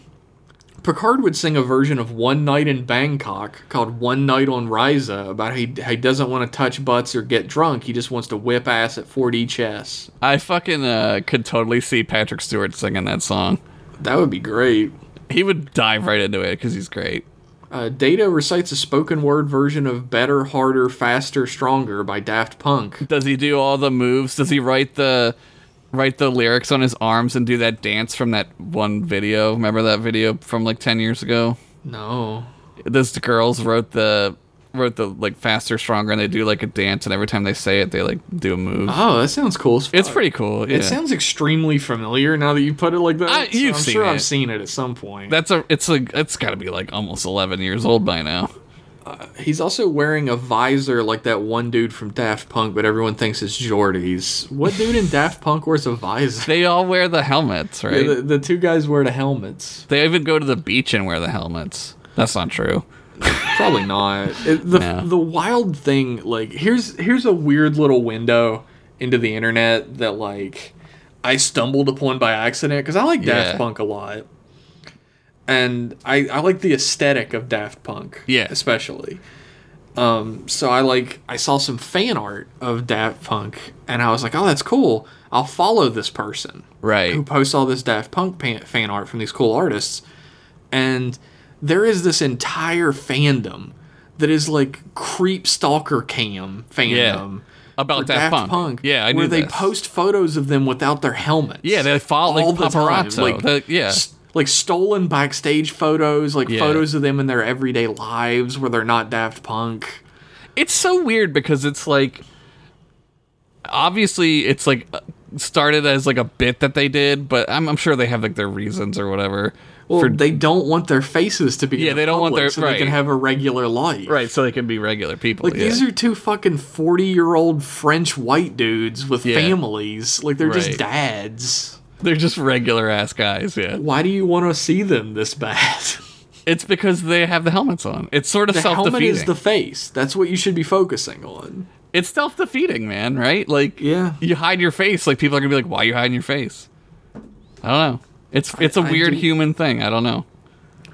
Speaker 1: Picard would sing a version of One Night in Bangkok called One Night on Riza about how he, how he doesn't want to touch butts or get drunk. He just wants to whip ass at 4D chess.
Speaker 2: I fucking uh, could totally see Patrick Stewart singing that song.
Speaker 1: That would be great.
Speaker 2: He would dive right into it because he's great.
Speaker 1: Uh, Data recites a spoken word version of Better, Harder, Faster, Stronger by Daft Punk.
Speaker 2: Does he do all the moves? Does he write the write the lyrics on his arms and do that dance from that one video? Remember that video from like ten years ago?
Speaker 1: No.
Speaker 2: Those girls wrote the wrote the like faster, stronger, and they do like a dance, and every time they say it, they like do a move.
Speaker 1: Oh, that sounds cool. as
Speaker 2: It's
Speaker 1: fuck.
Speaker 2: pretty cool. Yeah.
Speaker 1: It sounds extremely familiar now that you put it like that.
Speaker 2: I- you've
Speaker 1: I'm
Speaker 2: seen
Speaker 1: sure
Speaker 2: it.
Speaker 1: I've seen it at some point.
Speaker 2: That's a. It's like it's got to be like almost eleven years old by now.
Speaker 1: He's also wearing a visor like that one dude from Daft Punk, but everyone thinks it's Jordy's. What dude in Daft Punk wears a visor?
Speaker 2: They all wear the helmets, right?
Speaker 1: The, the two guys wear the helmets.
Speaker 2: They even go to the beach and wear the helmets. That's not true.
Speaker 1: Probably not. It- the
Speaker 2: No.
Speaker 1: the wild thing like here's here's a weird little window into the internet that like I stumbled upon by accident because I like Daft
Speaker 2: Yeah.
Speaker 1: Punk a lot. and I, I like the aesthetic of Daft Punk,
Speaker 2: Yeah.
Speaker 1: especially. Um, so I like I saw some fan art of Daft Punk, and I was like, oh, that's cool. I'll follow this person
Speaker 2: Right.
Speaker 1: who posts all this Daft Punk pan- fan art from these cool artists, and there is this entire fandom that is like creep stalker cam fandom.
Speaker 2: About
Speaker 1: for
Speaker 2: Daft Punk. Yeah, I knew
Speaker 1: where they
Speaker 2: this.
Speaker 1: post photos of them without their helmets.
Speaker 2: Yeah, they follow, like,
Speaker 1: the time,
Speaker 2: paparazzo. That- yeah.
Speaker 1: s- like stolen backstage photos, like
Speaker 2: Yeah.
Speaker 1: photos of them in their everyday lives where they're not Daft Punk.
Speaker 2: it's so weird because it's like obviously it's like uh, started as like a bit that they did but i'm, I'm sure they have like their reasons or whatever
Speaker 1: Well,
Speaker 2: for
Speaker 1: they don't want their faces to be.
Speaker 2: Yeah,
Speaker 1: in
Speaker 2: they don't want
Speaker 1: public
Speaker 2: their-
Speaker 1: so they
Speaker 2: right.
Speaker 1: can have a regular life.
Speaker 2: right so they can be regular people
Speaker 1: Like these
Speaker 2: yeah.
Speaker 1: are two fucking forty-year-old French white dudes with
Speaker 2: Yeah.
Speaker 1: families. Like they're just
Speaker 2: Right.
Speaker 1: dads.
Speaker 2: they're just regular ass guys yeah
Speaker 1: Why do you want to see them this bad?
Speaker 2: it's because they have the helmets on it's sort of
Speaker 1: The helmet
Speaker 2: self-defeating
Speaker 1: is the face. That's what you should be focusing on.
Speaker 2: it's self-defeating man right like
Speaker 1: Yeah.
Speaker 2: you hide your face like people are gonna be like why are you hiding your face i don't know it's it's a
Speaker 1: I
Speaker 2: weird
Speaker 1: do-
Speaker 2: human thing i don't know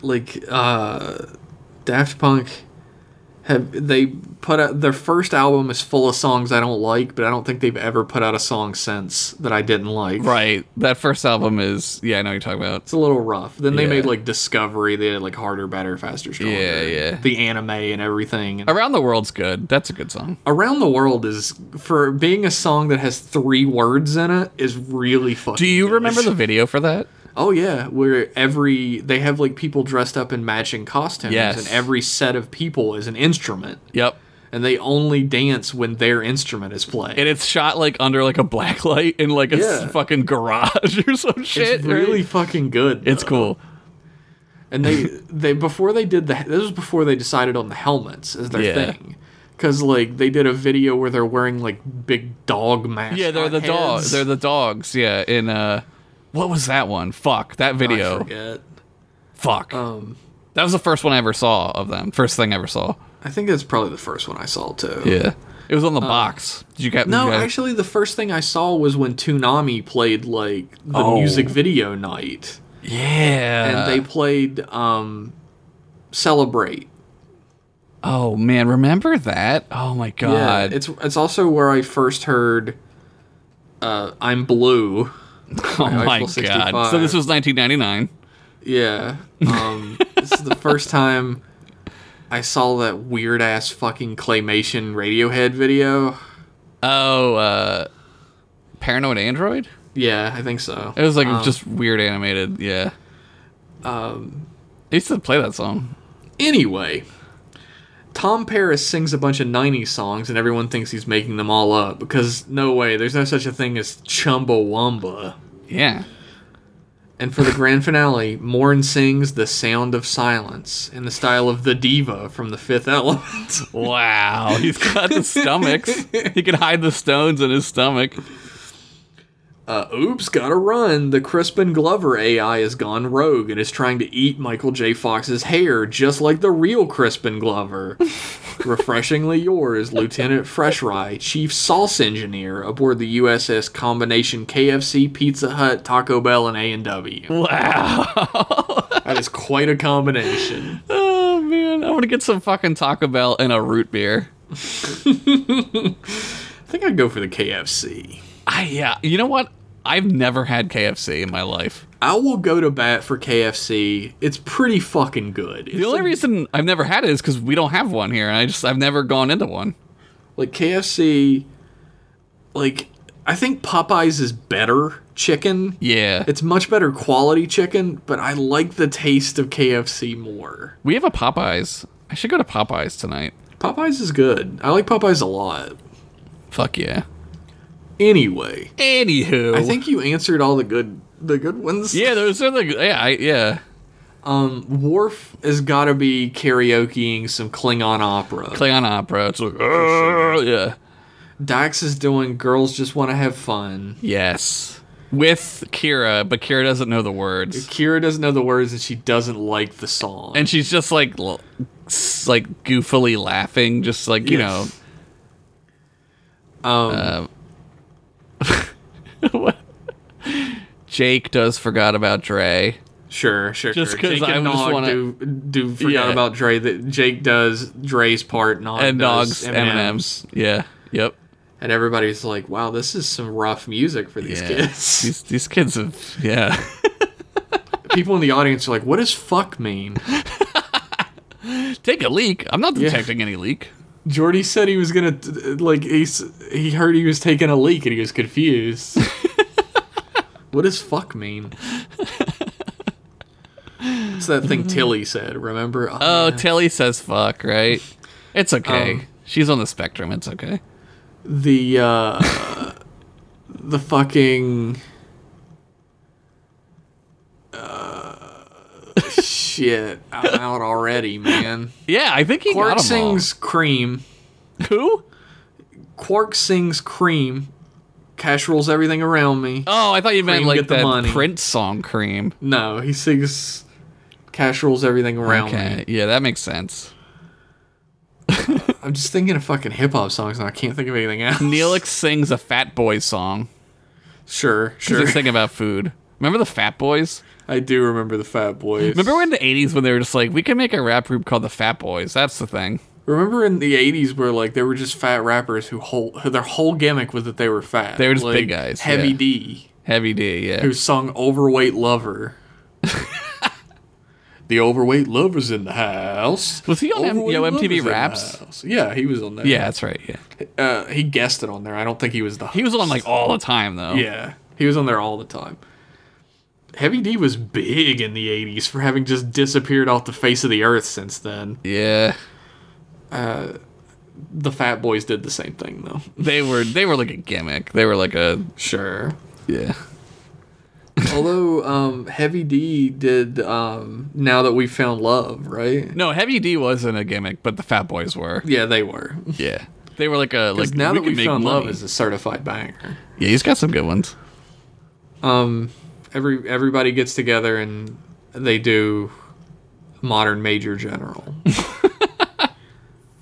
Speaker 1: like uh Daft Punk have they put out their first album is full of songs I don't like, but I don't think they've ever put out a song since that I didn't like.
Speaker 2: right that first album is yeah i know what you're talking about
Speaker 1: It's a little rough. Then they
Speaker 2: Yeah.
Speaker 1: made like Discovery, they had like harder, better, faster, stronger.
Speaker 2: Yeah, yeah.
Speaker 1: The anime and everything. And
Speaker 2: around the world's good that's a good song
Speaker 1: Around the World is for being a song that has three words in it is really fucking.
Speaker 2: Do you
Speaker 1: good.
Speaker 2: remember the video for that?
Speaker 1: Oh yeah, where every they have like people dressed up in matching costumes,
Speaker 2: Yes.
Speaker 1: and every set of people is an instrument.
Speaker 2: Yep.
Speaker 1: and they only dance when their instrument is played.
Speaker 2: And it's shot like under like a black light in like a s-
Speaker 1: Yeah.
Speaker 2: fucking garage or some shit.
Speaker 1: it's
Speaker 2: right?
Speaker 1: really fucking good.
Speaker 2: It's
Speaker 1: though.
Speaker 2: cool.
Speaker 1: and they they before they did the this was before they decided on the helmets as their
Speaker 2: Yeah.
Speaker 1: thing. Cause like they did a video where they're wearing like big dog masks.
Speaker 2: Yeah, they're the dogs. They're the dogs. Yeah, in uh, what was that one? Fuck that
Speaker 1: I
Speaker 2: video.
Speaker 1: forget.
Speaker 2: Fuck.
Speaker 1: Um,
Speaker 2: that was the first one I ever saw of them. First thing I ever saw.
Speaker 1: I think that's probably the first one I saw too.
Speaker 2: Yeah. It was on the box. Did you get?
Speaker 1: Uh, No,
Speaker 2: you got-
Speaker 1: actually, the first thing I saw was when Toonami played like the
Speaker 2: Oh. Uh.
Speaker 1: music video night, and
Speaker 2: Yeah.
Speaker 1: they played um, "Celebrate,"
Speaker 2: oh man, remember that? Oh my god.
Speaker 1: Yeah, it's it's also where I first heard uh, "I'm Blue."
Speaker 2: oh
Speaker 1: Article
Speaker 2: my
Speaker 1: 65.
Speaker 2: god. So this was 1999.
Speaker 1: Yeah, um, this is the first time I saw that weird ass fucking claymation Radiohead video.
Speaker 2: Oh, uh, Paranoid Android.
Speaker 1: Yeah, I think so.
Speaker 2: It was like just weird animated, yeah. Um,
Speaker 1: um,
Speaker 2: I used to play that song.
Speaker 1: Anyway, Tom Paris sings a bunch of '90s songs, and everyone thinks he's making them all up because no way, there's no such a thing as Chumbawamba.
Speaker 2: Yeah,
Speaker 1: And for the grand finale, Morn sings "The Sound of Silence" in the style of the diva from The Fifth Element.
Speaker 2: wow, he's got the stomachs. He can hide the stones in his stomach.
Speaker 1: Uh, oops, gotta run. The Crispin Glover AI has gone rogue and is trying to eat Michael J. Fox's hair, just like the real Crispin Glover. Refreshingly yours, Lieutenant Fresh Rye, Chief Sauce Engineer aboard the USS Combination KFC, Pizza Hut, Taco Bell, and A and W.
Speaker 2: Wow.
Speaker 1: That is quite a combination.
Speaker 2: oh man, I want to get some fucking Taco Bell and a root beer.
Speaker 1: I think I'd go for the KFC.
Speaker 2: I yeah, you know what? I've never had KFC in my life.
Speaker 1: I will go to bat for KFC. It's pretty fucking good.
Speaker 2: The only reason I've never had it is because we don't have one here, and I just I've never gone into one.
Speaker 1: Like KFC, like I think Popeyes is better chicken.
Speaker 2: Yeah,
Speaker 1: It's much better quality chicken, but I like the taste of KFC more.
Speaker 2: we have a Popeyes. I should go to Popeyes tonight.
Speaker 1: Popeyes is good. I like Popeyes a lot.
Speaker 2: Fuck yeah.
Speaker 1: Anyway,
Speaker 2: Anywho,
Speaker 1: I think you answered all the good the good ones.
Speaker 2: Yeah, those are the yeah, I, yeah.
Speaker 1: Um, Worf has got to be karaokeing some Klingon opera.
Speaker 2: Klingon opera. It's like "Arr," yeah,
Speaker 1: Dax is doing "Girls Just Want to Have Fun."
Speaker 2: yes, with Kira, but Kira doesn't know the words,
Speaker 1: Kira doesn't know the words and she doesn't like the song.
Speaker 2: and she's just like l- s- like goofily laughing, just like you
Speaker 1: Yes.
Speaker 2: know. Um. what? Jake does forgot about Dre.
Speaker 1: Sure, sure.
Speaker 2: Just
Speaker 1: sure.
Speaker 2: 'cause
Speaker 1: Jake
Speaker 2: I
Speaker 1: and
Speaker 2: just
Speaker 1: Nog
Speaker 2: wanna-
Speaker 1: do do forgot
Speaker 2: Yeah.
Speaker 1: about Dre. That Jake does Dre's part, Nog
Speaker 2: and
Speaker 1: does
Speaker 2: dogs, Oh, M and M's. Yeah. Yep.
Speaker 1: and everybody's like, "Wow, this is some rough music for these
Speaker 2: Yeah.
Speaker 1: kids."
Speaker 2: These these kids have yeah.
Speaker 1: People in the audience are like, "What does fuck mean?"
Speaker 2: Take a leak. I'm not detecting any leak.
Speaker 1: Jordy said he was gonna t- t- like he s- he heard he was taking a leak and he was confused. what does fuck mean? It's that thing Tilly said. Remember?
Speaker 2: Oh, Tilly says fuck, right? It's okay.
Speaker 1: Um,
Speaker 2: She's on the spectrum. It's okay.
Speaker 1: the uh the fucking uh, shit i'm out already man
Speaker 2: Yeah, I think he
Speaker 1: quark
Speaker 2: got 'em all.
Speaker 1: sings cream
Speaker 2: Who?
Speaker 1: quark sings cream cash rolls everything around me
Speaker 2: Oh, I thought you meant
Speaker 1: Cream,
Speaker 2: like
Speaker 1: get the
Speaker 2: that
Speaker 1: money.
Speaker 2: Prince song, "Cream."
Speaker 1: no he sings cash rolls everything around
Speaker 2: Okay,
Speaker 1: me
Speaker 2: yeah, that makes sense.
Speaker 1: i'm just thinking of fucking hip-hop songs and i can't think of anything else
Speaker 2: Neelix sings a Fat Boy song.
Speaker 1: sure
Speaker 2: Sure.
Speaker 1: sure
Speaker 2: He's thinking about food. Remember the Fat Boys?
Speaker 1: i do remember the fat boys
Speaker 2: Remember in the '80s when they were just like, we can make a rap group called the Fat Boys. That's the thing.
Speaker 1: Remember in the '80s where like there were just fat rappers who whole who their whole gimmick was that they were fat.
Speaker 2: They were just
Speaker 1: Like,
Speaker 2: big guys,
Speaker 1: Heavy
Speaker 2: yeah.
Speaker 1: D,
Speaker 2: Heavy D, yeah.
Speaker 1: who sung "Overweight Lover." the overweight lovers in the house.
Speaker 2: Was he on M-
Speaker 1: Overweight
Speaker 2: Yo, MTV
Speaker 1: lovers in the
Speaker 2: Raps?
Speaker 1: house. Yeah, he was on there.
Speaker 2: yeah, that's right. Yeah,
Speaker 1: uh, he guessed it on there. I don't think he was the.
Speaker 2: he was on like all the time though.
Speaker 1: Yeah, he was on there all the time. Heavy D was big in the '80s for having just disappeared off the face of the earth since then.
Speaker 2: yeah.
Speaker 1: The Fat Boys did the same thing though.
Speaker 2: They were they were like a gimmick. They were like a
Speaker 1: Sure.
Speaker 2: yeah.
Speaker 1: Although um, Heavy D did um, now that we found love, right?
Speaker 2: No, Heavy D wasn't a gimmick, but the Fat Boys were.
Speaker 1: Yeah, they were.
Speaker 2: Yeah, they were like a like
Speaker 1: 'Cause now
Speaker 2: we
Speaker 1: that
Speaker 2: can
Speaker 1: we
Speaker 2: make
Speaker 1: found
Speaker 2: money.
Speaker 1: love is a certified banger.
Speaker 2: yeah, he's got some good ones.
Speaker 1: Every everybody gets together and they do modern major general. Did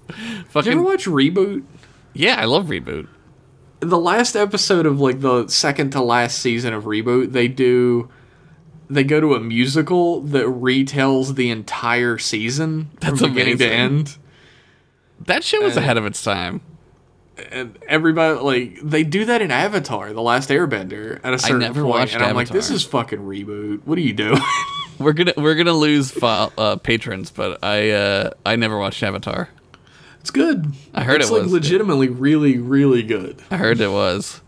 Speaker 1: you ever
Speaker 2: Fucking
Speaker 1: watch reboot?
Speaker 2: yeah, I love reboot.
Speaker 1: the last episode of like the second to last season of reboot they do they go to a musical that retells the entire season
Speaker 2: That's
Speaker 1: from beginning to
Speaker 2: amazing.
Speaker 1: end
Speaker 2: That shit was ahead of its time.
Speaker 1: and everybody like they do that in Avatar, The Last Airbender, at a certain
Speaker 2: never
Speaker 1: point,
Speaker 2: watched
Speaker 1: and I'm like,
Speaker 2: Avatar.
Speaker 1: this is fucking reboot. What are you doing?
Speaker 2: We're gonna we're gonna lose fo- uh, patrons, but I uh, I never watched Avatar.
Speaker 1: it's good.
Speaker 2: I heard
Speaker 1: it's
Speaker 2: it
Speaker 1: like
Speaker 2: was good.
Speaker 1: legitimately really, really good.
Speaker 2: I heard it was.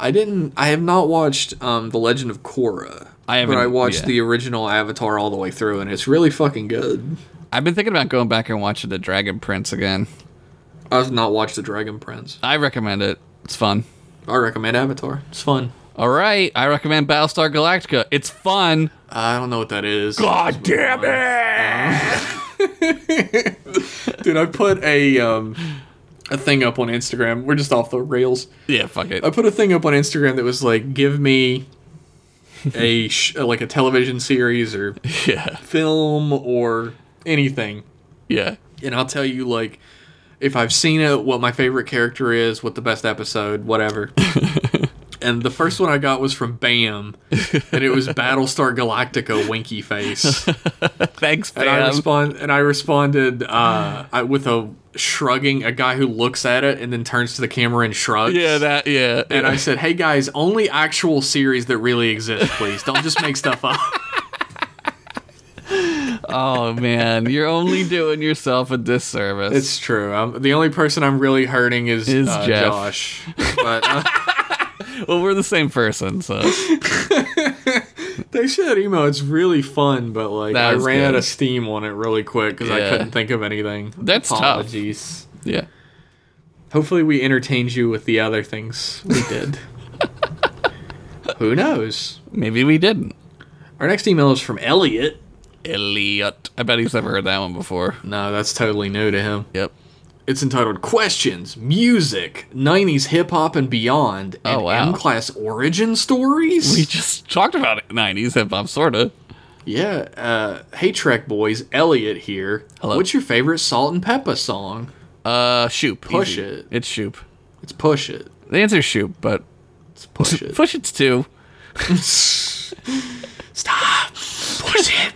Speaker 1: I didn't. I have not watched um, The Legend of Korra.
Speaker 2: I haven't-
Speaker 1: But I watched
Speaker 2: yeah.
Speaker 1: the original Avatar all the way through, and it's really fucking good.
Speaker 2: I've been thinking about going back and watching the Dragon Prince again.
Speaker 1: I've not watched The Dragon Prince.
Speaker 2: I recommend it. It's fun.
Speaker 1: I recommend Avatar. It's fun.
Speaker 2: All right, I recommend Battlestar Galactica. It's fun.
Speaker 1: I don't know what that is.
Speaker 2: God damn it!
Speaker 1: dude! I put a um, a thing up on Instagram. We're just off the rails.
Speaker 2: Yeah, fuck it.
Speaker 1: I put a thing up on Instagram that was like, give me a sh- like a television series or
Speaker 2: Yeah,
Speaker 1: film or anything,
Speaker 2: yeah,
Speaker 1: and I'll tell you like if I've seen it, what my favorite character is, what the best episode, whatever. and the first one I got was from Bam, and it was Battlestar Galactica Winky Face.
Speaker 2: Thanks,
Speaker 1: And I
Speaker 2: fam.
Speaker 1: respond, and I responded uh, I, with a shrugging, a guy who looks at it and then turns to the camera and shrugs.
Speaker 2: yeah, that. Yeah,
Speaker 1: And I said, "Hey guys, only actual series that really exist, please. Don't just make stuff up."
Speaker 2: Oh man, you're only doing yourself a disservice.
Speaker 1: It's true. I'm, the only person I'm really hurting is,
Speaker 2: Is
Speaker 1: uh,
Speaker 2: Jeff.
Speaker 1: Josh. But uh,
Speaker 2: well, we're the same person, so
Speaker 1: they should email. It's really fun, but like
Speaker 2: That
Speaker 1: I
Speaker 2: was
Speaker 1: ran out
Speaker 2: good.
Speaker 1: of steam on it really quick because I
Speaker 2: Yeah.
Speaker 1: couldn't think of anything.
Speaker 2: That's tough.
Speaker 1: Apologies.
Speaker 2: yeah.
Speaker 1: Hopefully, we entertained you with the other things we did. Who knows?
Speaker 2: Maybe we didn't.
Speaker 1: Our next email is from Elliot.
Speaker 2: Elliot. I bet he's never heard that one before.
Speaker 1: No, that's totally new to him.
Speaker 2: Yep.
Speaker 1: It's entitled Questions, Music, 90s Hip Hop and Beyond, and
Speaker 2: Oh, wow.
Speaker 1: M Class Origin Stories?
Speaker 2: We just talked about it. 90s hip hop, sorta.
Speaker 1: yeah. Uh, hey, Trek Boys, Elliot here.
Speaker 2: Hello.
Speaker 1: What's your favorite Salt and Pepper song?
Speaker 2: Uh, Shoop.
Speaker 1: Push
Speaker 2: Easy.
Speaker 1: it.
Speaker 2: It's Shoop.
Speaker 1: It's Push It.
Speaker 2: The answer's Shoop, but
Speaker 1: It's Push It.
Speaker 2: Push It's two.
Speaker 1: Stop. shit.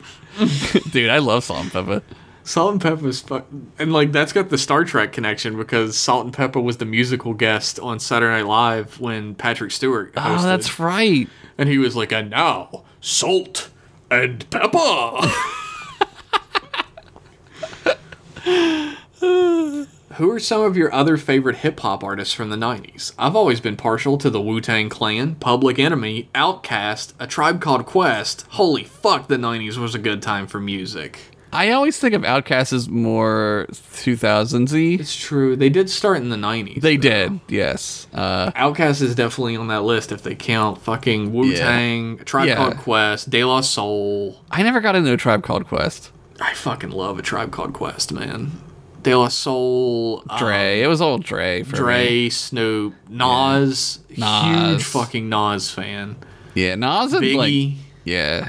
Speaker 2: Dude, I love salt and pepper.
Speaker 1: Salt and Pepper is fuck, and like that's got the Star Trek connection because Salt and Pepper was the musical guest on Saturday Night Live when Patrick Stewart. Hosted,
Speaker 2: Oh, that's right.
Speaker 1: and he was like, and now salt and pepper. Who are some of your other favorite hip hop artists from the '90s? I've always been partial to the Wu Tang Clan, Public Enemy, Outkast, A Tribe Called Quest. Holy fuck, the '90s was a good time for music.
Speaker 2: I always think of Outcast as more 2000s y.
Speaker 1: It's true. They did start in the 90s.
Speaker 2: They did, yes. Uh,
Speaker 1: Outcast is definitely on that list if they count fucking Wu Tang, Tribe
Speaker 2: Yeah.
Speaker 1: Called Quest, De La Soul.
Speaker 2: I never got into a Tribe Called Quest.
Speaker 1: I fucking love a Tribe Called Quest, man. De La Soul, uh,
Speaker 2: Dre. it was all Dre for me.
Speaker 1: Dre, Snoop, Nas, huge
Speaker 2: Nas.
Speaker 1: fucking Nas fan.
Speaker 2: Yeah, Nas and
Speaker 1: Biggie.
Speaker 2: like yeah.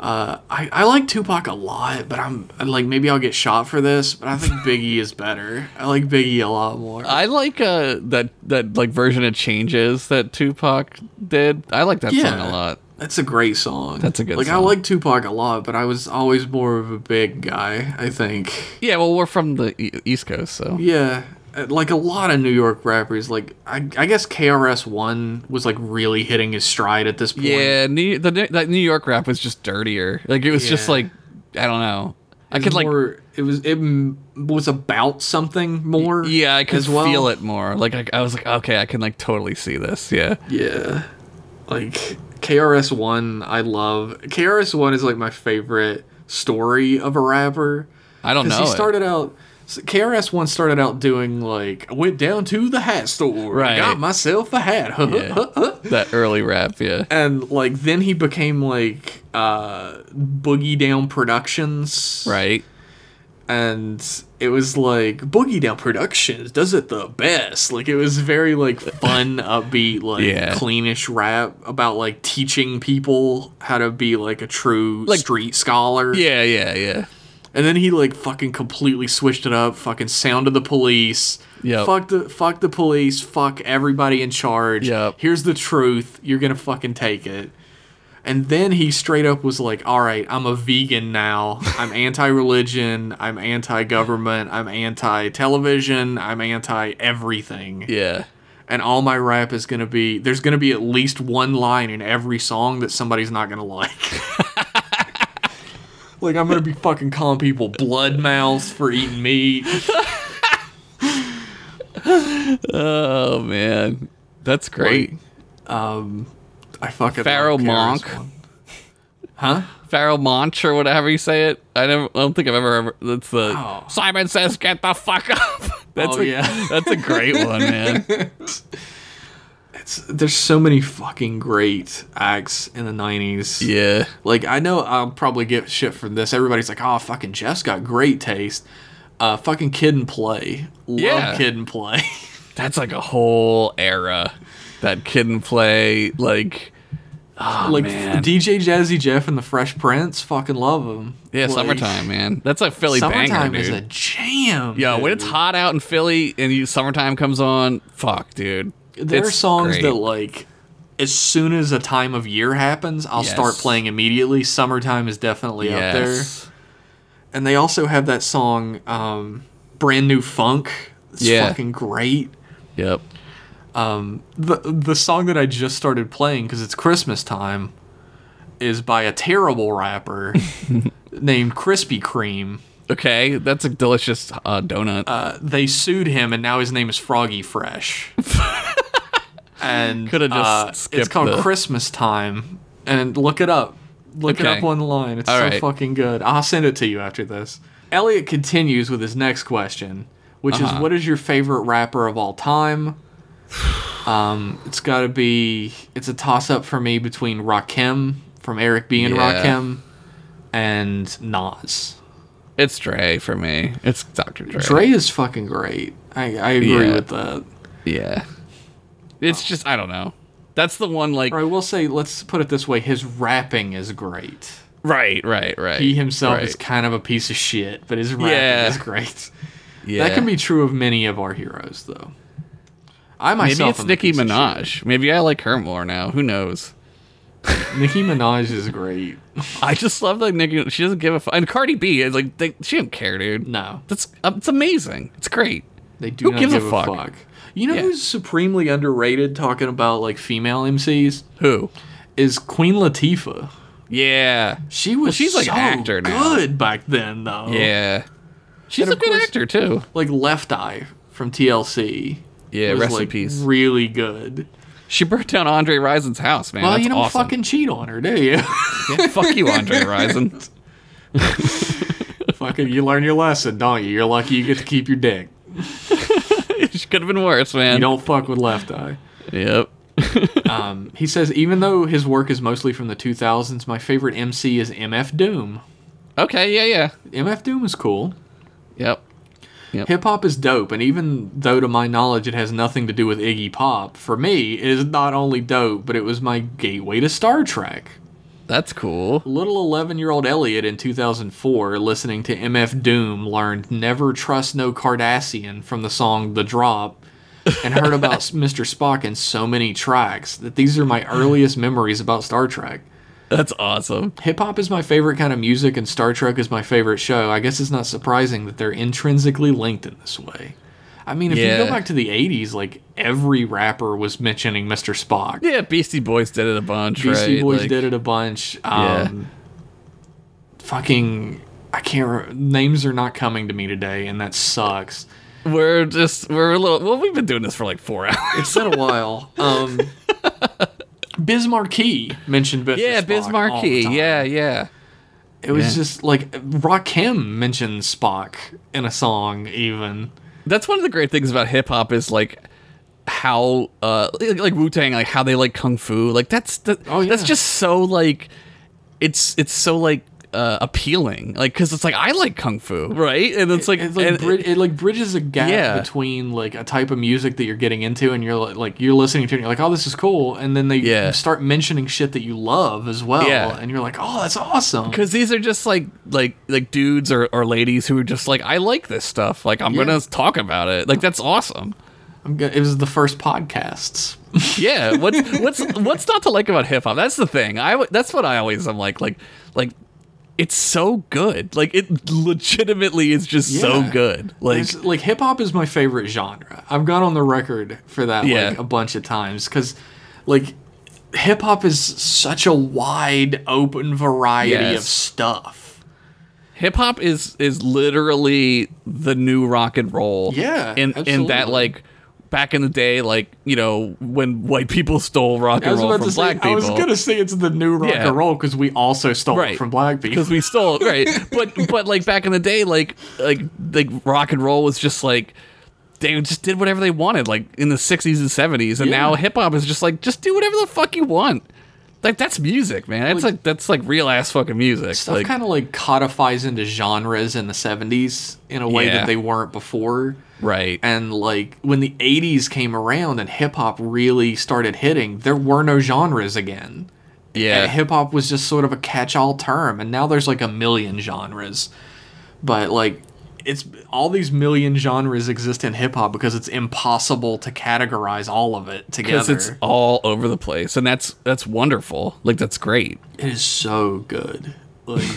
Speaker 1: I, I like Tupac a lot, but I'm like maybe I'll get shot for this, but I think Biggie is better. I like Biggie a lot more.
Speaker 2: I like uh that that like version of Changes that Tupac did. I like that song
Speaker 1: Yeah.
Speaker 2: a lot.
Speaker 1: That's a great song.
Speaker 2: That's a good
Speaker 1: like, I
Speaker 2: song.
Speaker 1: like Tupac a lot, but I was always more of a big guy, I think.
Speaker 2: Yeah, well, we're from the E- East Coast, so
Speaker 1: Yeah. uh, Like a lot of New York rappers, like I, I guess KRS One was like really hitting his stride at this point.
Speaker 2: yeah. New, the that New York rap was just dirtier. Like it was just
Speaker 1: Yeah.
Speaker 2: like I don't know. I
Speaker 1: It was
Speaker 2: could like
Speaker 1: more- it was it m- was about something more.
Speaker 2: yeah, I could
Speaker 1: as well.
Speaker 2: feel it more. Like I, I was like, okay, I can like totally see this. Yeah,
Speaker 1: Yeah, like KRS One, I love KRS One is like my favorite story of a rapper.
Speaker 2: I don't know.
Speaker 1: Because
Speaker 2: Oh, it.
Speaker 1: he started out, so KRS One started out doing like I went down to the hat store,
Speaker 2: Right.
Speaker 1: got myself a hat,
Speaker 2: Yeah. that early rap. Yeah,
Speaker 1: and like then he became like uh, Boogie Down Productions,
Speaker 2: right.
Speaker 1: and it was like Boogie Down Productions does it the best. Like it was very like fun, upbeat, like
Speaker 2: Yeah.
Speaker 1: cleanish rap about like teaching people how to be like a true
Speaker 2: Like-
Speaker 1: street scholar.
Speaker 2: Yeah, yeah, yeah.
Speaker 1: And then he like fucking completely switched it up. Fucking sound of the police.
Speaker 2: Yep.
Speaker 1: Fuck the fuck the police. Fuck everybody in charge.
Speaker 2: Yep.
Speaker 1: Here's the truth. You're gonna fucking take it. And then he straight up was like, "All right, I'm a vegan now. I'm anti-religion. I'm anti-government. I'm anti-television. I'm anti-everything."
Speaker 2: Yeah.
Speaker 1: And all my rap is gonna be there's gonna be at least one line in every song that somebody's not gonna like. like I'm gonna be fucking calling people blood mouths for eating meat.
Speaker 2: Oh man. That's great.
Speaker 1: I fucking
Speaker 2: Pharaoh
Speaker 1: love Karis
Speaker 2: Monk.
Speaker 1: one. Huh?
Speaker 2: Pharaoh Monch or whatever you say it. I never I don't think I've ever ever that's the
Speaker 1: Oh.
Speaker 2: Simon says get the fuck up. That's
Speaker 1: Oh,
Speaker 2: a,
Speaker 1: yeah.
Speaker 2: that's a great one, man.
Speaker 1: It's there's so many fucking great acts in the nineties.
Speaker 2: Yeah.
Speaker 1: Like I know I'll probably get shit from this. Everybody's like, "Oh, fucking Jeff's got great taste." Uh, fucking Kid and Play. Love
Speaker 2: Yeah.
Speaker 1: Kid and Play.
Speaker 2: That's like a whole era. That kid and play like oh,
Speaker 1: like
Speaker 2: man.
Speaker 1: DJ Jazzy Jeff and the Fresh Prince. Fucking love them.
Speaker 2: yeah, summertime, man. That's a Philly
Speaker 1: Summertime
Speaker 2: banger,
Speaker 1: is
Speaker 2: dude.
Speaker 1: a jam.
Speaker 2: Yo, when
Speaker 1: dude.
Speaker 2: it's hot out in Philly and you summertime comes on, fuck, dude.
Speaker 1: there are
Speaker 2: It's
Speaker 1: songs
Speaker 2: great.
Speaker 1: that like as soon as a time of year happens, I'll
Speaker 2: Yes.
Speaker 1: start playing immediately. Summertime is definitely up there. and they also have that song um, brand new funk it's
Speaker 2: Yeah.
Speaker 1: fucking great
Speaker 2: Yep.
Speaker 1: the the song that i just started playing because it's christmas time is by a terrible rapper named krispy kreme
Speaker 2: Okay, that's a delicious uh, donut.
Speaker 1: uh, they sued him and now his name is froggy fresh and
Speaker 2: Coulda just
Speaker 1: uh, it's
Speaker 2: skipped
Speaker 1: called
Speaker 2: the-
Speaker 1: christmas time and look it up look it
Speaker 2: Okay.
Speaker 1: up online it's
Speaker 2: All
Speaker 1: so
Speaker 2: right.
Speaker 1: fucking good i'll send it to you after this elliot continues with his next question which
Speaker 2: Uh-huh.
Speaker 1: is what is your favorite rapper of all time um, it's got to be it's a toss up for me between rakim from eric b and
Speaker 2: Yeah.
Speaker 1: rakim and nas
Speaker 2: It's Dre for me. It's Dr. Dre.
Speaker 1: Dre is fucking great. I, I agree
Speaker 2: Yeah.
Speaker 1: with that.
Speaker 2: Yeah. It's just I don't know. That's the one like
Speaker 1: Or I will say, let's put it this way: his rapping is great.
Speaker 2: right, right, right.
Speaker 1: He himself
Speaker 2: right.
Speaker 1: is kind of a piece of shit, but his rapping
Speaker 2: Yeah.
Speaker 1: is great.
Speaker 2: yeah.
Speaker 1: That can be true of many of our heroes, though. I myself
Speaker 2: Maybe it's
Speaker 1: am a
Speaker 2: Nicki
Speaker 1: piece of shit.
Speaker 2: Minaj. Maybe I like her more now. Who knows?
Speaker 1: Nicki Minaj is great.
Speaker 2: I just love that Nicki. She doesn't give a fuck. And Cardi B is like, they, she don't care, dude.
Speaker 1: No,
Speaker 2: That's uh, it's amazing. It's great.
Speaker 1: they do
Speaker 2: Who
Speaker 1: not
Speaker 2: gives a
Speaker 1: give a
Speaker 2: fuck?
Speaker 1: fuck. You know
Speaker 2: Yeah.
Speaker 1: who's supremely underrated talking about like female MCs
Speaker 2: Who?
Speaker 1: is Queen Latifah.
Speaker 2: Yeah.
Speaker 1: She was
Speaker 2: she's, like,
Speaker 1: so
Speaker 2: actor now.
Speaker 1: good back then though.
Speaker 2: Yeah. She's
Speaker 1: And
Speaker 2: a
Speaker 1: of
Speaker 2: good
Speaker 1: course-
Speaker 2: actor too.
Speaker 1: Like Left Eye from TLC.
Speaker 2: Yeah,
Speaker 1: was,
Speaker 2: rest in
Speaker 1: like,
Speaker 2: peace.
Speaker 1: Really good.
Speaker 2: She burnt down Andre Risen's house, man.
Speaker 1: Well,
Speaker 2: That's
Speaker 1: you don't
Speaker 2: awesome.
Speaker 1: fucking cheat on her, do you?
Speaker 2: Yeah, fuck you, Andre Risen.
Speaker 1: fucking, you learn your lesson, don't you? You're lucky you get to keep your dick.
Speaker 2: she could have been worse,
Speaker 1: You
Speaker 2: man.
Speaker 1: don't fuck with Left Eye.
Speaker 2: Yep.
Speaker 1: Um, he says, even though his work is mostly from the 2000s, my favorite MC is MF Doom.
Speaker 2: Okay. Yeah. Yeah.
Speaker 1: MF Doom is cool.
Speaker 2: Yep.
Speaker 1: Hip hop is dope, and even though to my knowledge it has nothing to do with Iggy Pop, for me it is not only dope, but it was my gateway to Star Trek.
Speaker 2: That's cool.
Speaker 1: Little 11 year old Elliot in 2004, listening to MF Doom, learned Never Trust No Cardassian from the song The Drop and heard about Mr. Spock in so many tracks that these are my earliest memories about Star Trek.
Speaker 2: That's awesome.
Speaker 1: Hip hop is my favorite kind of music, and Star Trek is my favorite show. I guess it's not surprising that they're intrinsically linked in this way. I mean, if you
Speaker 2: Yeah.
Speaker 1: go back to the 80s, like every rapper was mentioning Mr. Spock.
Speaker 2: Yeah, Beastie Boys did it a bunch,
Speaker 1: Beastie
Speaker 2: right?
Speaker 1: Boys
Speaker 2: Like,
Speaker 1: did it a bunch.
Speaker 2: Yeah.
Speaker 1: Um, Fucking, I can't. Re- names are not coming to me today, and that sucks.
Speaker 2: We're just we're a little. Well, we've been doing this for like four hours.
Speaker 1: It's been a while. Um, Biz Markie mentioned Mr.
Speaker 2: Yeah,
Speaker 1: Spock
Speaker 2: Biz
Speaker 1: all the
Speaker 2: Markie.
Speaker 1: time.
Speaker 2: Yeah, yeah.
Speaker 1: it was
Speaker 2: yeah.
Speaker 1: just like Rakim mentioned Spock in a song. Even
Speaker 2: That's one of the great things about hip hop is like how uh like, like Wu Tang, like how they like kung fu. Like that's that,
Speaker 1: Oh, yeah.
Speaker 2: that's just so like it's it's so like uh appealing. Like because it's like I like kung fu, right? And it's like,
Speaker 1: it's like
Speaker 2: and-
Speaker 1: brid- it like bridges a gap
Speaker 2: Yeah.
Speaker 1: between like a type of music that you're getting into and you're li- like you're listening to it and you're like oh this is cool and then they
Speaker 2: Yeah.
Speaker 1: start mentioning shit that you love as well
Speaker 2: Yeah.
Speaker 1: and you're like oh that's awesome
Speaker 2: because these are just like like like dudes or, or ladies who are just like I like this stuff. Like I'm
Speaker 1: Yeah.
Speaker 2: gonna talk about it. Like that's awesome.
Speaker 1: I'm go- it was the first podcasts
Speaker 2: Yeah. What's what's what's not to like about hip hop? That's the thing. I w- that's what I always am like like like it's so good. Like it legitimately is just so
Speaker 1: Yeah.
Speaker 2: good. Like
Speaker 1: There's- like hip hop is my favorite genre I've gone on the record for that
Speaker 2: Yeah.
Speaker 1: like a bunch of times because like hip hop is such a wide open variety of
Speaker 2: Yes.
Speaker 1: stuff
Speaker 2: hip hop is is literally the new rock and roll.
Speaker 1: Yeah,
Speaker 2: In in that
Speaker 1: absolutely.
Speaker 2: like back in the day like, you know, when white people stole rock and roll from black
Speaker 1: I
Speaker 2: people.
Speaker 1: was gonna say it's the new rock
Speaker 2: Yeah.
Speaker 1: and roll because we also stole
Speaker 2: Right.
Speaker 1: it from black people.
Speaker 2: because we stole right but but like back in the day like like like rock and roll was just like they just did whatever they wanted like in the 60s and 70s and
Speaker 1: Yeah.
Speaker 2: now hip hop is just like just do whatever the fuck you want like that's music man that's like, that's like real ass fucking music
Speaker 1: Stuff
Speaker 2: like
Speaker 1: kind of like codifies into genres in the '70s in a way
Speaker 2: Yeah.
Speaker 1: that they weren't before.
Speaker 2: right
Speaker 1: And like when the '80s came around and hip hop really started hitting, there were no genres again. And
Speaker 2: yeah
Speaker 1: hip hop was just sort of a catch-all term, and now there's like a million genres. But like, it's all these million genres exist in hip hop because it's impossible to categorize all of it together.
Speaker 2: because it's all over the place and that's that's wonderful like that's great
Speaker 1: It is so good. Like,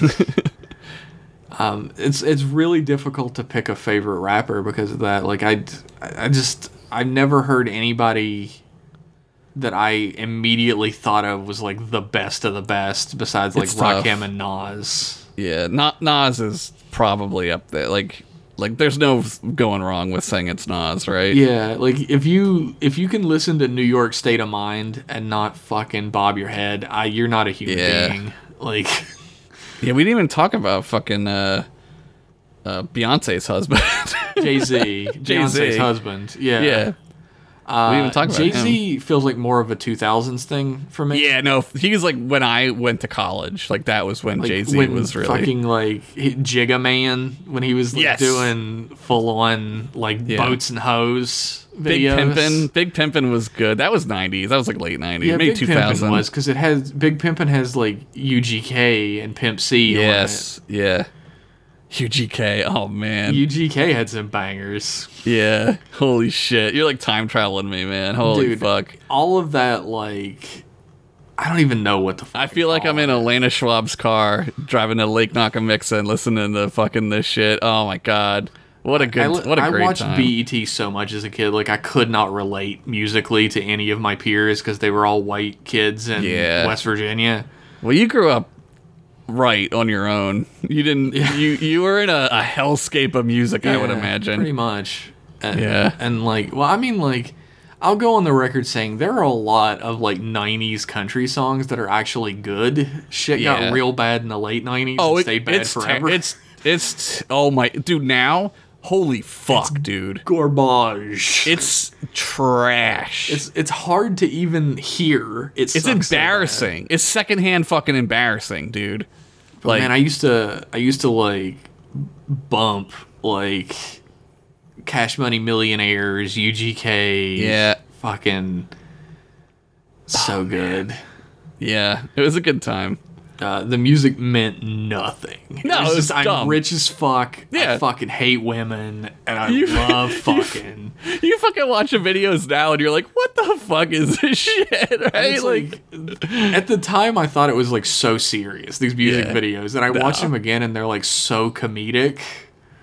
Speaker 1: um, it's it's really difficult to pick a favorite rapper because of that. Like I, I just I've never heard anybody that I immediately thought of was like the best of the best besides like
Speaker 2: It's tough.
Speaker 1: Rakim and Nas.
Speaker 2: yeah not Nas is probably up there like like there's no going wrong with saying it's Nas right
Speaker 1: Yeah, like if you if you can listen to New York State of Mind and not fucking bob your head, I you're not a human
Speaker 2: Yeah.
Speaker 1: being. Like
Speaker 2: Yeah, we didn't even talk about fucking uh, uh, Beyonce's husband.
Speaker 1: Jay Z, Beyonce's husband.
Speaker 2: yeah. we didn't even talk about
Speaker 1: Jay
Speaker 2: him.
Speaker 1: Z Uh, feels like more of a 2000s thing for me.
Speaker 2: Yeah, no, he was like when I went to college. Like that was when
Speaker 1: Like,
Speaker 2: Jay Z
Speaker 1: when
Speaker 2: was really.
Speaker 1: fucking like he- Jigga Man when he was like,
Speaker 2: Yes.
Speaker 1: doing full on like boats and hoes videos.
Speaker 2: Big Pimpin', Big Pimpin' was good. That was '90s. That was like late '90s,
Speaker 1: Yeah,
Speaker 2: maybe
Speaker 1: Big
Speaker 2: 2000.
Speaker 1: Pimpin' was because it has Big Pimpin' has like UGK and Pimp C. on it.
Speaker 2: yes, yeah. UGK. Oh man,
Speaker 1: UGK had some bangers.
Speaker 2: yeah. Holy shit, you're like time traveling me, man. Holy
Speaker 1: Dude.
Speaker 2: fuck.
Speaker 1: All of that like. I don't even know what the. Fuck
Speaker 2: I feel like I'm in Elena Schwab's car driving to Lake Nakamixa and listening to fucking this shit. Oh my god. What a good
Speaker 1: I,
Speaker 2: what a great
Speaker 1: I watched
Speaker 2: time.
Speaker 1: BET so much as a kid. Like I could not relate musically to any of my peers because they were all white kids in
Speaker 2: Yeah.
Speaker 1: West Virginia.
Speaker 2: well, you grew up right on your own. You didn't you you were in a, a hellscape of music, I would
Speaker 1: Yeah, pretty
Speaker 2: imagine.
Speaker 1: much. And,
Speaker 2: Yeah.
Speaker 1: and like, well, I mean, like, I'll go on the record saying there are a lot of like '90s country songs that are actually good. Shit
Speaker 2: Yeah.
Speaker 1: got real bad in the late '90s.
Speaker 2: Oh,
Speaker 1: and
Speaker 2: it,
Speaker 1: stayed bad
Speaker 2: it's ter-
Speaker 1: forever.
Speaker 2: it's it's oh my dude now. Holy fuck, dude.
Speaker 1: garbage.
Speaker 2: It's trash.
Speaker 1: it's it's hard to even hear. It
Speaker 2: It's
Speaker 1: sucks so bad.
Speaker 2: embarrassing. it's secondhand fucking embarrassing, dude.
Speaker 1: Man, I used to I used to like bump like Cash Money Millionaires, UGK.
Speaker 2: Yeah. Oh,
Speaker 1: Fucking so good.
Speaker 2: yeah, it was a good time.
Speaker 1: Uh, the music meant nothing.
Speaker 2: No, it
Speaker 1: just,
Speaker 2: was dumb.
Speaker 1: I'm rich as fuck.
Speaker 2: Yeah.
Speaker 1: I fucking hate women and I
Speaker 2: You-
Speaker 1: love
Speaker 2: you-
Speaker 1: fucking.
Speaker 2: You fucking watch the videos now and you're like, what the fuck is this shit? Right?
Speaker 1: It's
Speaker 2: Like,
Speaker 1: like, at the time I thought it was like so serious these music
Speaker 2: Yeah.
Speaker 1: videos and I watched them again and they're like so comedic.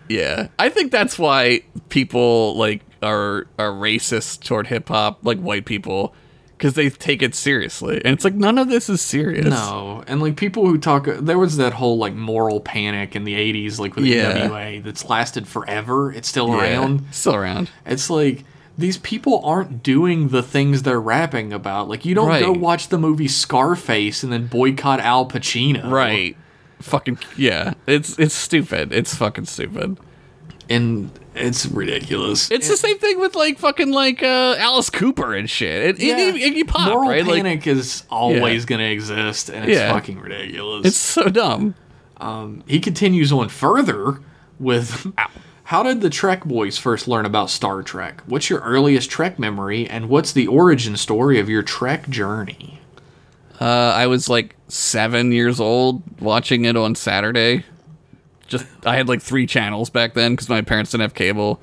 Speaker 2: yeah. I think that's why people like are are racist toward hip hop, like white people, because they take it seriously. And it's like none of this is serious.
Speaker 1: No, and like people who talk, there was that whole like moral panic in the '80s, like with
Speaker 2: Yeah.
Speaker 1: NWA, that's lasted forever. It's still
Speaker 2: Yeah.
Speaker 1: around.
Speaker 2: Still around.
Speaker 1: It's like these people aren't doing the things they're rapping about. Like you don't go
Speaker 2: Right.
Speaker 1: watch the movie Scarface and then boycott Al Pacino,
Speaker 2: Right. Fucking yeah. It's it's stupid. It's fucking stupid.
Speaker 1: And it's ridiculous.
Speaker 2: It's the same thing with like fucking like uh, Alice Cooper and shit. It, it,
Speaker 1: Yeah.
Speaker 2: Iggy Pop,
Speaker 1: moral
Speaker 2: right? Like
Speaker 1: panic is always gonna exist, and it's
Speaker 2: Yeah.
Speaker 1: fucking ridiculous.
Speaker 2: it's so dumb.
Speaker 1: he continues on further with how did the trek boys first learn about star trek what's your earliest trek memory and what's the origin story of your trek journey
Speaker 2: Uh, I was like seven years old watching it on Saturday. Just I had like three channels back then because my parents didn't have cable,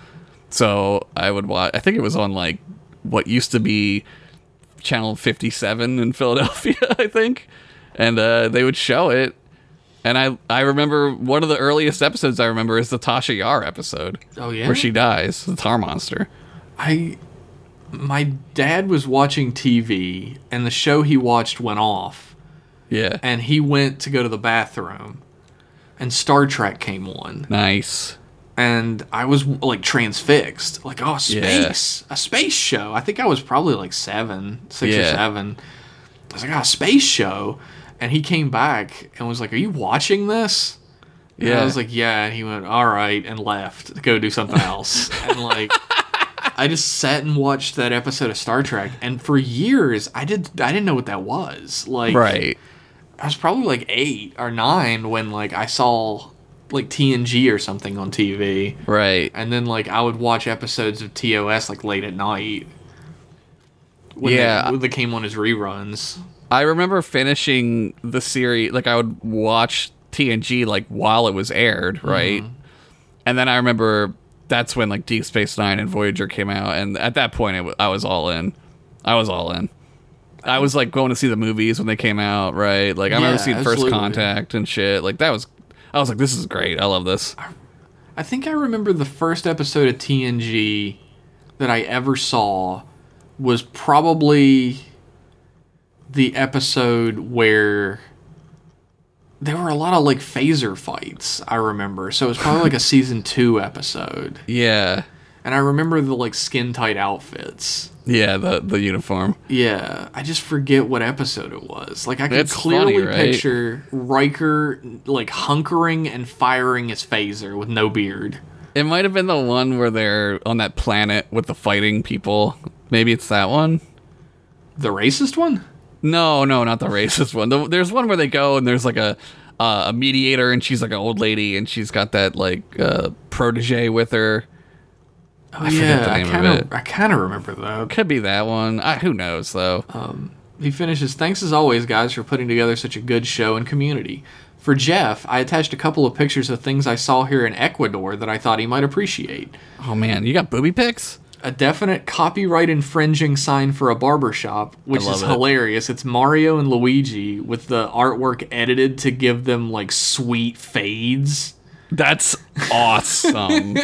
Speaker 2: so I would watch. I think it was on like what used to be channel fifty seven in Philadelphia, I think, and uh, they would show it. And I I remember one of the earliest episodes I remember is the Tasha Yar episode.
Speaker 1: Oh, yeah?
Speaker 2: where she dies, the Tar Monster.
Speaker 1: i my dad was watching tv and the show he watched went off
Speaker 2: Yeah,
Speaker 1: and he went to go to the bathroom and star trek came on
Speaker 2: nice.
Speaker 1: and i was like transfixed like oh space a space show i think i was probably like seven six
Speaker 2: Yeah.
Speaker 1: or seven i was like oh a space show and he came back and was like are you watching this yeah and
Speaker 2: Yeah.
Speaker 1: i was like yeah and he went all right and left to go do something else and like i just sat and watched that episode of star trek and for years i did i didn't know what that was like
Speaker 2: Right.
Speaker 1: I was probably like eight or nine when like I saw like TNG or something on TV,
Speaker 2: Right.
Speaker 1: and then like I would watch episodes of TOS like late at night. When
Speaker 2: Yeah.
Speaker 1: they, when they came on as reruns.
Speaker 2: I remember finishing the series. Like I would watch TNG like while it was aired,
Speaker 1: Mm-hmm.
Speaker 2: right? And then I remember that's when like Deep Space Nine and Voyager came out, and at that point, it w- I was all in. I was all in. I was like going to see the movies when they came out, right? Like I
Speaker 1: Yeah,
Speaker 2: remember seeing
Speaker 1: absolutely.
Speaker 2: First Contact and shit. Like that was, I was like, this is great. I love this.
Speaker 1: I think I remember the first episode of TNG that I ever saw was probably the episode where there were a lot of like phaser fights. I remember, so it was probably like a season two episode.
Speaker 2: Yeah,
Speaker 1: And I remember the like skin tight outfits.
Speaker 2: yeah. The the uniform.
Speaker 1: Yeah, I just forget what episode it was. Like I could
Speaker 2: That's
Speaker 1: clearly
Speaker 2: funny, right?
Speaker 1: picture Riker like hunkering and firing his phaser with no beard.
Speaker 2: It might have been the one where they're on that planet with the fighting people. Maybe it's that one.
Speaker 1: The racist one?
Speaker 2: No, no, not the racist one. The, there's one where they go and there's like a uh, a mediator and she's like an old lady and she's got that like uh, protege with her.
Speaker 1: Oh,
Speaker 2: forget the
Speaker 1: I
Speaker 2: name of
Speaker 1: kind
Speaker 2: it.
Speaker 1: of I kind of remember that.
Speaker 2: Could be that one. I, who knows though?
Speaker 1: He finishes, "Thanks as always, guys, for putting together such a good show and community." For Jeff, I attached a couple of pictures of things I saw here in Ecuador that I thought he might appreciate.
Speaker 2: oh man, you got booby pics?
Speaker 1: a definite copyright infringing sign for a barber shop, which
Speaker 2: love
Speaker 1: is
Speaker 2: it.
Speaker 1: hilarious. It's Mario and Luigi with the artwork edited to give them like sweet fades.
Speaker 2: That's awesome.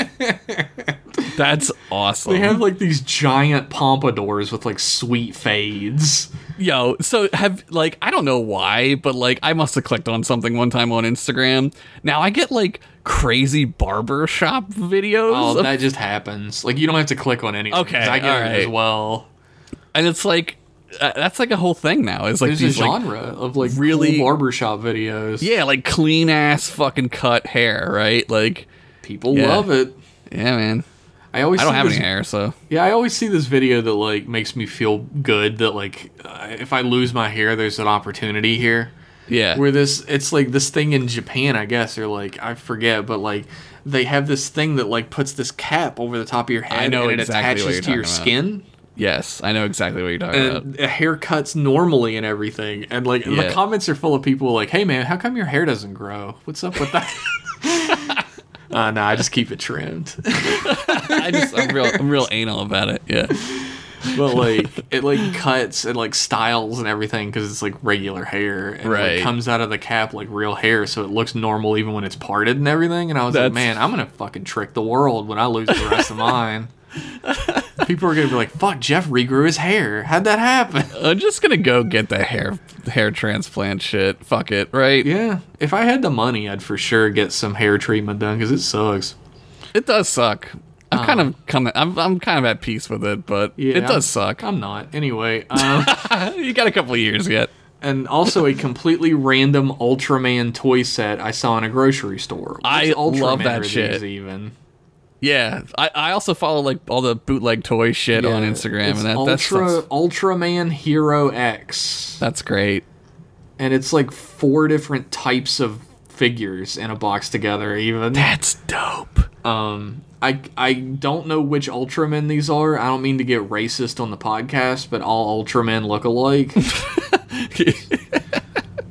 Speaker 2: That's awesome.
Speaker 1: They have like these giant pompadours with like sweet fades.
Speaker 2: Yo, so have like I don't know why, but like I must have clicked on something one time on Instagram. Now I get like crazy barber shop videos,
Speaker 1: Oh,
Speaker 2: of-
Speaker 1: that just happens. Like you don't have to click on anything. 'cause
Speaker 2: Okay,
Speaker 1: I get it
Speaker 2: alright.
Speaker 1: as well.
Speaker 2: and it's like uh, that's like a whole thing now. It's like
Speaker 1: There's a
Speaker 2: these like
Speaker 1: genre of like really
Speaker 2: really-
Speaker 1: cool barbershop videos.
Speaker 2: yeah, like clean ass fucking cut hair, right? Like
Speaker 1: people
Speaker 2: Yeah.
Speaker 1: love it.
Speaker 2: yeah, man.
Speaker 1: I always
Speaker 2: I don't
Speaker 1: see
Speaker 2: have
Speaker 1: this
Speaker 2: any hair, so
Speaker 1: Yeah, I always see this video that like makes me feel good that like uh, if I lose my hair, there's an opportunity here.
Speaker 2: yeah.
Speaker 1: Where this, it's like this thing in Japan, I guess, or like I forget, but like they have this thing that like puts this cap over the top of your head
Speaker 2: know
Speaker 1: and
Speaker 2: exactly
Speaker 1: it
Speaker 2: what
Speaker 1: attaches
Speaker 2: you're
Speaker 1: to your
Speaker 2: talking about.
Speaker 1: skin.
Speaker 2: yes, I know exactly what you're talking about.
Speaker 1: And haircuts normally and everything, and like and the
Speaker 2: Yeah.
Speaker 1: comments are full of people like, "Hey man, how come your hair doesn't grow? What's up with that?" uh, no, I just keep it trimmed.
Speaker 2: I just I'm real I'm real anal about it. Yeah.
Speaker 1: but like it like cuts and like styles and everything because it's like regular hair and
Speaker 2: Right.
Speaker 1: like comes out of the cap like real hair so it looks normal even when it's parted and everything and i was like
Speaker 2: That's-
Speaker 1: man i'm gonna fucking trick the world when i lose the rest of mine people are gonna be like fuck jeff regrew his hair how'd that happen
Speaker 2: I'm just gonna go get the hair hair transplant shit. Fuck it, right?
Speaker 1: yeah if i had the money i'd for sure get some hair treatment done because it sucks
Speaker 2: It does suck. I'm kind of coming. I'm I'm kind of at peace with it, but
Speaker 1: Uh-huh. Yeah,
Speaker 2: it does
Speaker 1: I'm-
Speaker 2: suck.
Speaker 1: i'm not anyway um
Speaker 2: you got a couple of years yet.
Speaker 1: and also a completely random Ultraman toy set I saw in a grocery store.
Speaker 2: I
Speaker 1: Which Ultraman
Speaker 2: love that
Speaker 1: are these
Speaker 2: shit.
Speaker 1: Even
Speaker 2: Yeah, I, I also follow like all the bootleg toy shit on
Speaker 1: Yeah,
Speaker 2: Instagram, and
Speaker 1: it's
Speaker 2: that
Speaker 1: Ultra
Speaker 2: that's
Speaker 1: Ultraman Hero X,
Speaker 2: that's great.
Speaker 1: and it's like four different types of figures in a box together. Even
Speaker 2: That's dope.
Speaker 1: um, I I don't know which Ultraman these are. I don't mean to get racist on the podcast, but all Ultraman look alike.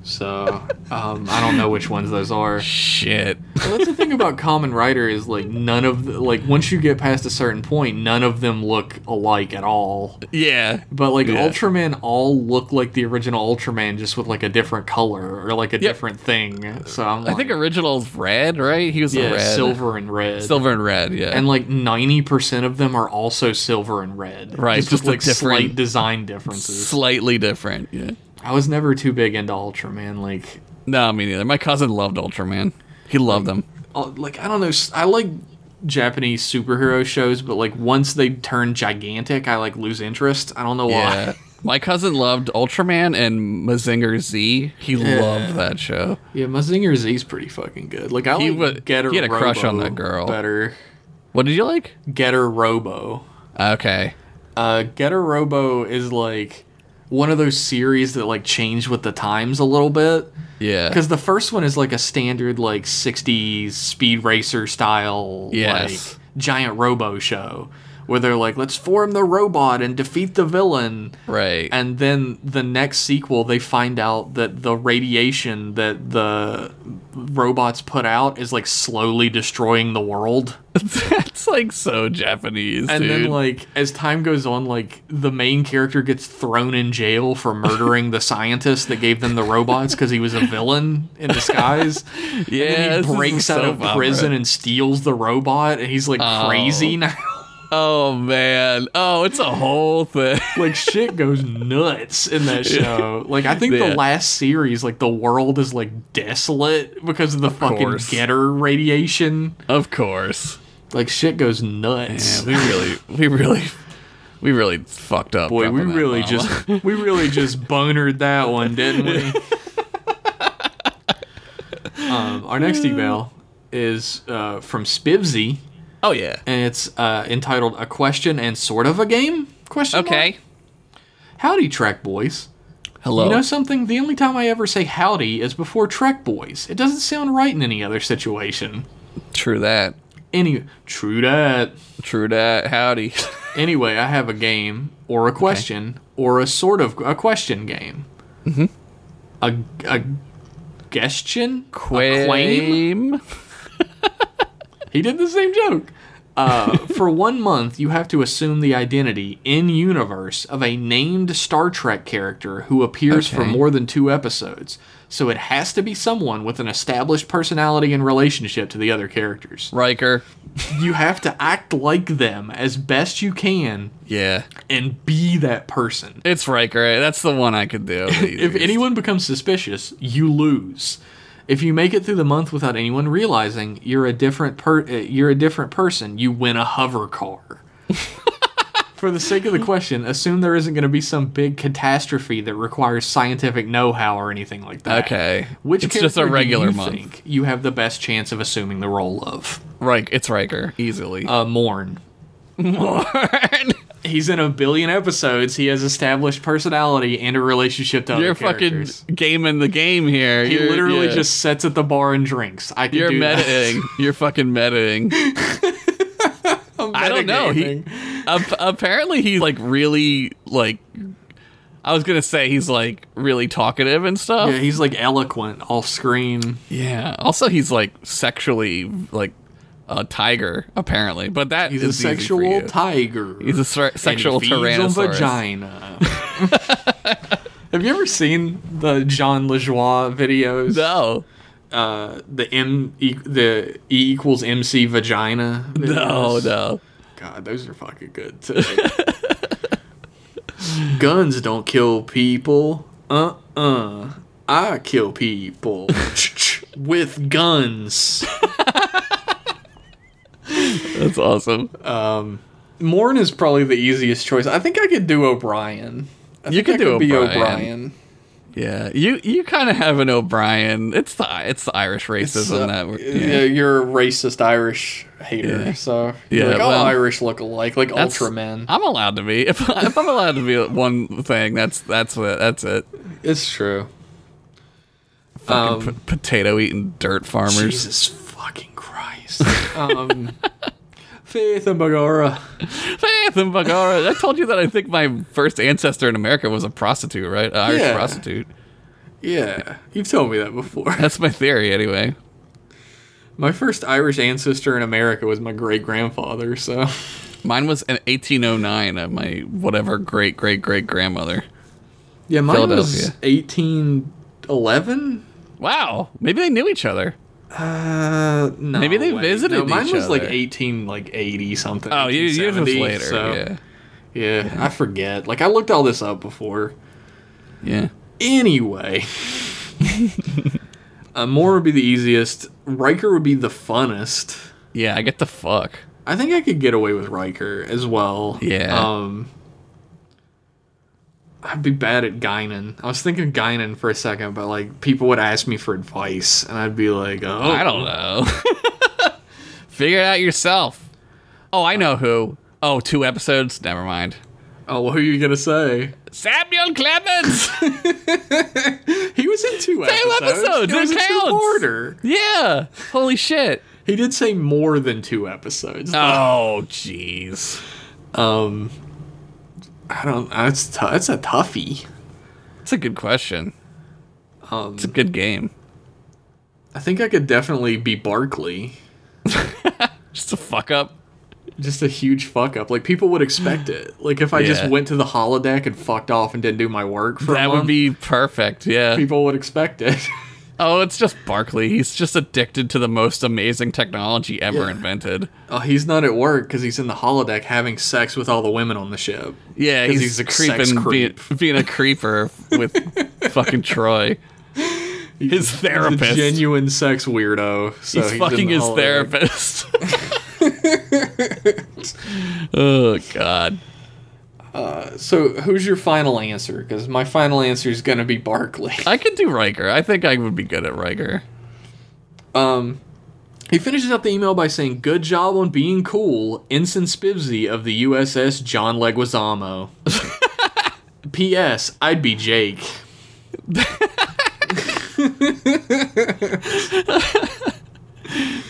Speaker 1: so um, I don't know which ones those are.
Speaker 2: shit.
Speaker 1: Well, that's the thing about Common Rider is like none of the, like once you get past a certain point, none of them look alike at all.
Speaker 2: Yeah.
Speaker 1: But like
Speaker 2: Yeah.
Speaker 1: Ultraman, all look like the original Ultraman, just with like a different color or like a different thing. So I'm like,
Speaker 2: I think original's red, right? He was a
Speaker 1: yeah,
Speaker 2: red,
Speaker 1: silver and red,
Speaker 2: silver and red. Yeah.
Speaker 1: and like ninety percent of them are also silver and red.
Speaker 2: Right,
Speaker 1: just
Speaker 2: just a
Speaker 1: with, like slight
Speaker 2: different-
Speaker 1: design differences.
Speaker 2: slightly different. Yeah.
Speaker 1: I was never too big into Ultraman. Like
Speaker 2: No, me neither. My cousin loved Ultraman. He loved them.
Speaker 1: Oh, like I don't know. s- I like Japanese superhero shows, but like once they turn gigantic, I like lose interest. I don't know
Speaker 2: Yeah.
Speaker 1: why.
Speaker 2: My cousin loved Ultraman and Mazinger Z. He loved that show.
Speaker 1: Yeah, Mazinger Z's pretty fucking good. Like I
Speaker 2: He
Speaker 1: like
Speaker 2: wa-
Speaker 1: Getter
Speaker 2: he had a crush
Speaker 1: Robo
Speaker 2: on that girl.
Speaker 1: Better
Speaker 2: What did you like?
Speaker 1: Getter Robo.
Speaker 2: Okay.
Speaker 1: Uh, Getter Robo is like one of those series that like changed with the times a little bit.
Speaker 2: Yeah.
Speaker 1: Because the first one is like a standard like 60s speed racer style
Speaker 2: Yes.
Speaker 1: like giant robo show where they're like let's form the robot and defeat the villain
Speaker 2: Right.
Speaker 1: and then the next sequel they find out that the radiation that the robots put out is like slowly destroying the world
Speaker 2: That's like so Japanese,
Speaker 1: and
Speaker 2: dude.
Speaker 1: then like as time goes on like the main character gets thrown in jail for murdering the scientist that gave them the robots because he was a villain in disguise
Speaker 2: yeah,
Speaker 1: and
Speaker 2: this
Speaker 1: he
Speaker 2: is
Speaker 1: breaks out
Speaker 2: soap
Speaker 1: of
Speaker 2: opera.
Speaker 1: prison and steals the robot and he's like crazy now
Speaker 2: Oh man. Oh, it's a whole thing.
Speaker 1: like shit goes nuts in that show like i think
Speaker 2: Yeah.
Speaker 1: the last series like the world is like desolate because of the fucking
Speaker 2: course.
Speaker 1: getter radiation
Speaker 2: of course.
Speaker 1: like shit goes nuts
Speaker 2: Yeah, we really, we really, we really fucked up.
Speaker 1: boy we
Speaker 2: dropping that
Speaker 1: really
Speaker 2: bomb.
Speaker 1: just we really just bonered that one didn't we um, our next email is uh, from spivsy
Speaker 2: Oh yeah.
Speaker 1: and it's uh, entitled "A Question and Sort of a Game." Question. mark?
Speaker 2: Okay.
Speaker 1: Howdy, Trek Boys.
Speaker 2: Hello.
Speaker 1: You know something? The only time I ever say howdy is before Trek Boys. It doesn't sound right in any other situation.
Speaker 2: True that.
Speaker 1: Any true that.
Speaker 2: True that. Howdy.
Speaker 1: Anyway, I have a game or a question or a sort of a question game. Mm-hmm. A a question? A claim?
Speaker 2: Quaim.
Speaker 1: He did the same joke. Uh, for one month, you have to assume the identity in universe of a named Star Trek character who appears for
Speaker 2: Okay.
Speaker 1: more than two episodes. So it has to be someone with an established personality and relationship to the other characters.
Speaker 2: Riker.
Speaker 1: You have to act like them as best you can
Speaker 2: Yeah.
Speaker 1: and be that person.
Speaker 2: It's Riker. That's the one I could do.
Speaker 1: If anyone becomes suspicious, you lose. If you make it through the month without anyone realizing you're a different per- uh, you're a different person, you win a hover car. For the sake of the question, assume there isn't going to be some big catastrophe that requires scientific know-how or anything like that.
Speaker 2: Okay.
Speaker 1: Which
Speaker 2: it's just a
Speaker 1: character do
Speaker 2: regular
Speaker 1: you
Speaker 2: month.
Speaker 1: think you have the best chance of assuming the role of?
Speaker 2: Right. It's Riker. Easily.
Speaker 1: Uh, Morn.
Speaker 2: Morn.
Speaker 1: He's in a billion episodes. He has established personality and a relationship to
Speaker 2: You're
Speaker 1: other
Speaker 2: fucking
Speaker 1: characters.
Speaker 2: gaming the game here.
Speaker 1: He
Speaker 2: You're,
Speaker 1: literally
Speaker 2: yeah.
Speaker 1: just sits at the bar and drinks. I can
Speaker 2: You're
Speaker 1: do that.
Speaker 2: metaing. You're fucking metaing. I don't know. He,
Speaker 1: Metagaming.
Speaker 2: ap- apparently, he's like really like. I was gonna say he's like really talkative and stuff.
Speaker 1: yeah, he's like eloquent off screen.
Speaker 2: Yeah. Also, he's like sexually like a tiger apparently, but that
Speaker 1: He's
Speaker 2: is
Speaker 1: a
Speaker 2: easy for
Speaker 1: sexual
Speaker 2: you.
Speaker 1: tiger.
Speaker 2: He's a ser- sexual
Speaker 1: and feeds on
Speaker 2: tyrannosaurus.
Speaker 1: vagina. Have you ever seen the Jean Lajoie videos?
Speaker 2: No,
Speaker 1: Uh, the M e- the E equals MC vagina.
Speaker 2: no,
Speaker 1: videos?
Speaker 2: no.
Speaker 1: God, those are fucking good too. Guns don't kill people. Uh uh. I kill people with guns.
Speaker 2: That's awesome.
Speaker 1: Morn is probably the easiest choice. I think I could do O'Brien. I
Speaker 2: You
Speaker 1: think
Speaker 2: could
Speaker 1: I
Speaker 2: do
Speaker 1: be
Speaker 2: O'Brien.
Speaker 1: O'Brien.
Speaker 2: Yeah, you you kind of have an O'Brien. It's the it's the Irish racism
Speaker 1: So,
Speaker 2: that we're,
Speaker 1: yeah. you're a racist Irish hater.
Speaker 2: Yeah.
Speaker 1: So you're
Speaker 2: Yeah,
Speaker 1: like, oh,
Speaker 2: well,
Speaker 1: Irish look alike, like
Speaker 2: That's-
Speaker 1: Ultraman.
Speaker 2: I'm allowed to be. If, if I'm allowed to be one thing, that's that's what that's it.
Speaker 1: It's true.
Speaker 2: Fucking p- potato eating dirt farmers.
Speaker 1: Jesus fucking Christ. um, Faith and Bagara.
Speaker 2: Faith and Bagara. I told you that I think my first ancestor in America was a prostitute, right? An Irish
Speaker 1: Yeah.
Speaker 2: prostitute.
Speaker 1: Yeah, you've told me that before.
Speaker 2: That's my theory, anyway.
Speaker 1: My first Irish ancestor in America was my great grandfather, so
Speaker 2: Mine was in 1809 at my whatever great great great grandmother.
Speaker 1: yeah, mine was
Speaker 2: Philadelphia.
Speaker 1: eighteen eleven.
Speaker 2: Wow, maybe they knew each other.
Speaker 1: Uh, no.
Speaker 2: Maybe they
Speaker 1: wait,
Speaker 2: visited
Speaker 1: No, mine
Speaker 2: each
Speaker 1: was like
Speaker 2: other.
Speaker 1: eighteen, like eighty something.
Speaker 2: Oh, you yours was
Speaker 1: 1870,
Speaker 2: later.
Speaker 1: so,
Speaker 2: Yeah,
Speaker 1: yeah, I forget. Like I looked all this up before.
Speaker 2: yeah.
Speaker 1: Anyway, uh, Moore would be the easiest. Riker would be the funnest.
Speaker 2: Yeah, I get the fuck.
Speaker 1: I think I could get away with Riker as well.
Speaker 2: Yeah.
Speaker 1: Um, I'd be bad at Guinan. I was thinking Guinan for a second, but like people would ask me for advice, and I'd be like, "Oh,
Speaker 2: I don't know. Figure it out yourself. Oh, I know who. Oh, two episodes. Never mind.
Speaker 1: Oh, what are you gonna say?
Speaker 2: Samuel Clemens.
Speaker 1: He was in two episodes.
Speaker 2: episodes,
Speaker 1: It
Speaker 2: it
Speaker 1: was a
Speaker 2: counts.
Speaker 1: two-parter.
Speaker 2: yeah. Holy shit.
Speaker 1: He did say more than two episodes.
Speaker 2: Oh, jeez.
Speaker 1: Um, I don't. That's t- that's a toughie.
Speaker 2: That's a good question.
Speaker 1: Um,
Speaker 2: It's a good game.
Speaker 1: I think I could definitely be Barkley.
Speaker 2: Just a fuck up.
Speaker 1: just a huge fuck up. Like people would expect it. Like if I
Speaker 2: Yeah.
Speaker 1: just went to the holodeck and fucked off and didn't do my work for
Speaker 2: That
Speaker 1: a
Speaker 2: would
Speaker 1: month,
Speaker 2: be perfect. Yeah.
Speaker 1: people would expect it.
Speaker 2: Oh, it's just Barkley. He's just addicted to the most amazing technology ever
Speaker 1: Yeah.
Speaker 2: invented.
Speaker 1: oh, he's not at work because he's in the holodeck having sex with all the women on the ship.
Speaker 2: Yeah,
Speaker 1: 'Cause
Speaker 2: he's,
Speaker 1: he's a sex
Speaker 2: creeping, being,
Speaker 1: creep.
Speaker 2: being a creeper with fucking Troy. His therapist.
Speaker 1: He's a genuine sex weirdo. So
Speaker 2: he's
Speaker 1: in
Speaker 2: fucking
Speaker 1: the
Speaker 2: his
Speaker 1: holodeck.
Speaker 2: therapist. oh God.
Speaker 1: So who's your final answer? Because my final answer is gonna be Barkley.
Speaker 2: I could do Riker. I think I would be good at Riker.
Speaker 1: Um, he finishes up the email by saying, "Good job on being cool, Ensign Spivsy of the USS John Leguizamo." P.S. I'd be Jake.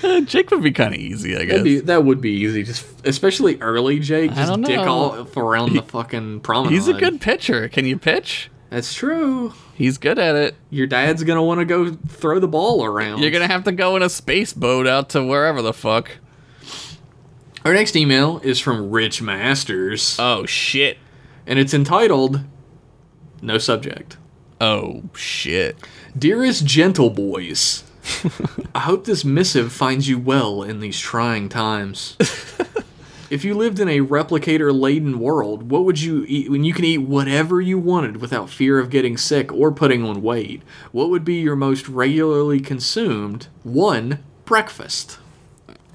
Speaker 2: Uh, Jake would be kind of easy, I guess.
Speaker 1: That'd be, that would be easy, just especially early Jake, just
Speaker 2: don't
Speaker 1: dick
Speaker 2: know.
Speaker 1: off around the fucking promenade.
Speaker 2: he's a good pitcher. Can you pitch?
Speaker 1: That's true.
Speaker 2: He's good at it.
Speaker 1: Your dad's gonna want to go throw the ball around.
Speaker 2: You're gonna have to go in a space boat out to wherever the fuck.
Speaker 1: Our next email is from Rich Masters,
Speaker 2: Oh shit.
Speaker 1: and it's entitled No Subject.
Speaker 2: Oh shit.
Speaker 1: Dearest gentle boys, I hope this missive finds you well in these trying times. if you lived in a replicator laden world, what would you eat when you can eat whatever you wanted without fear of getting sick or putting on weight? What would be your most regularly consumed one breakfast?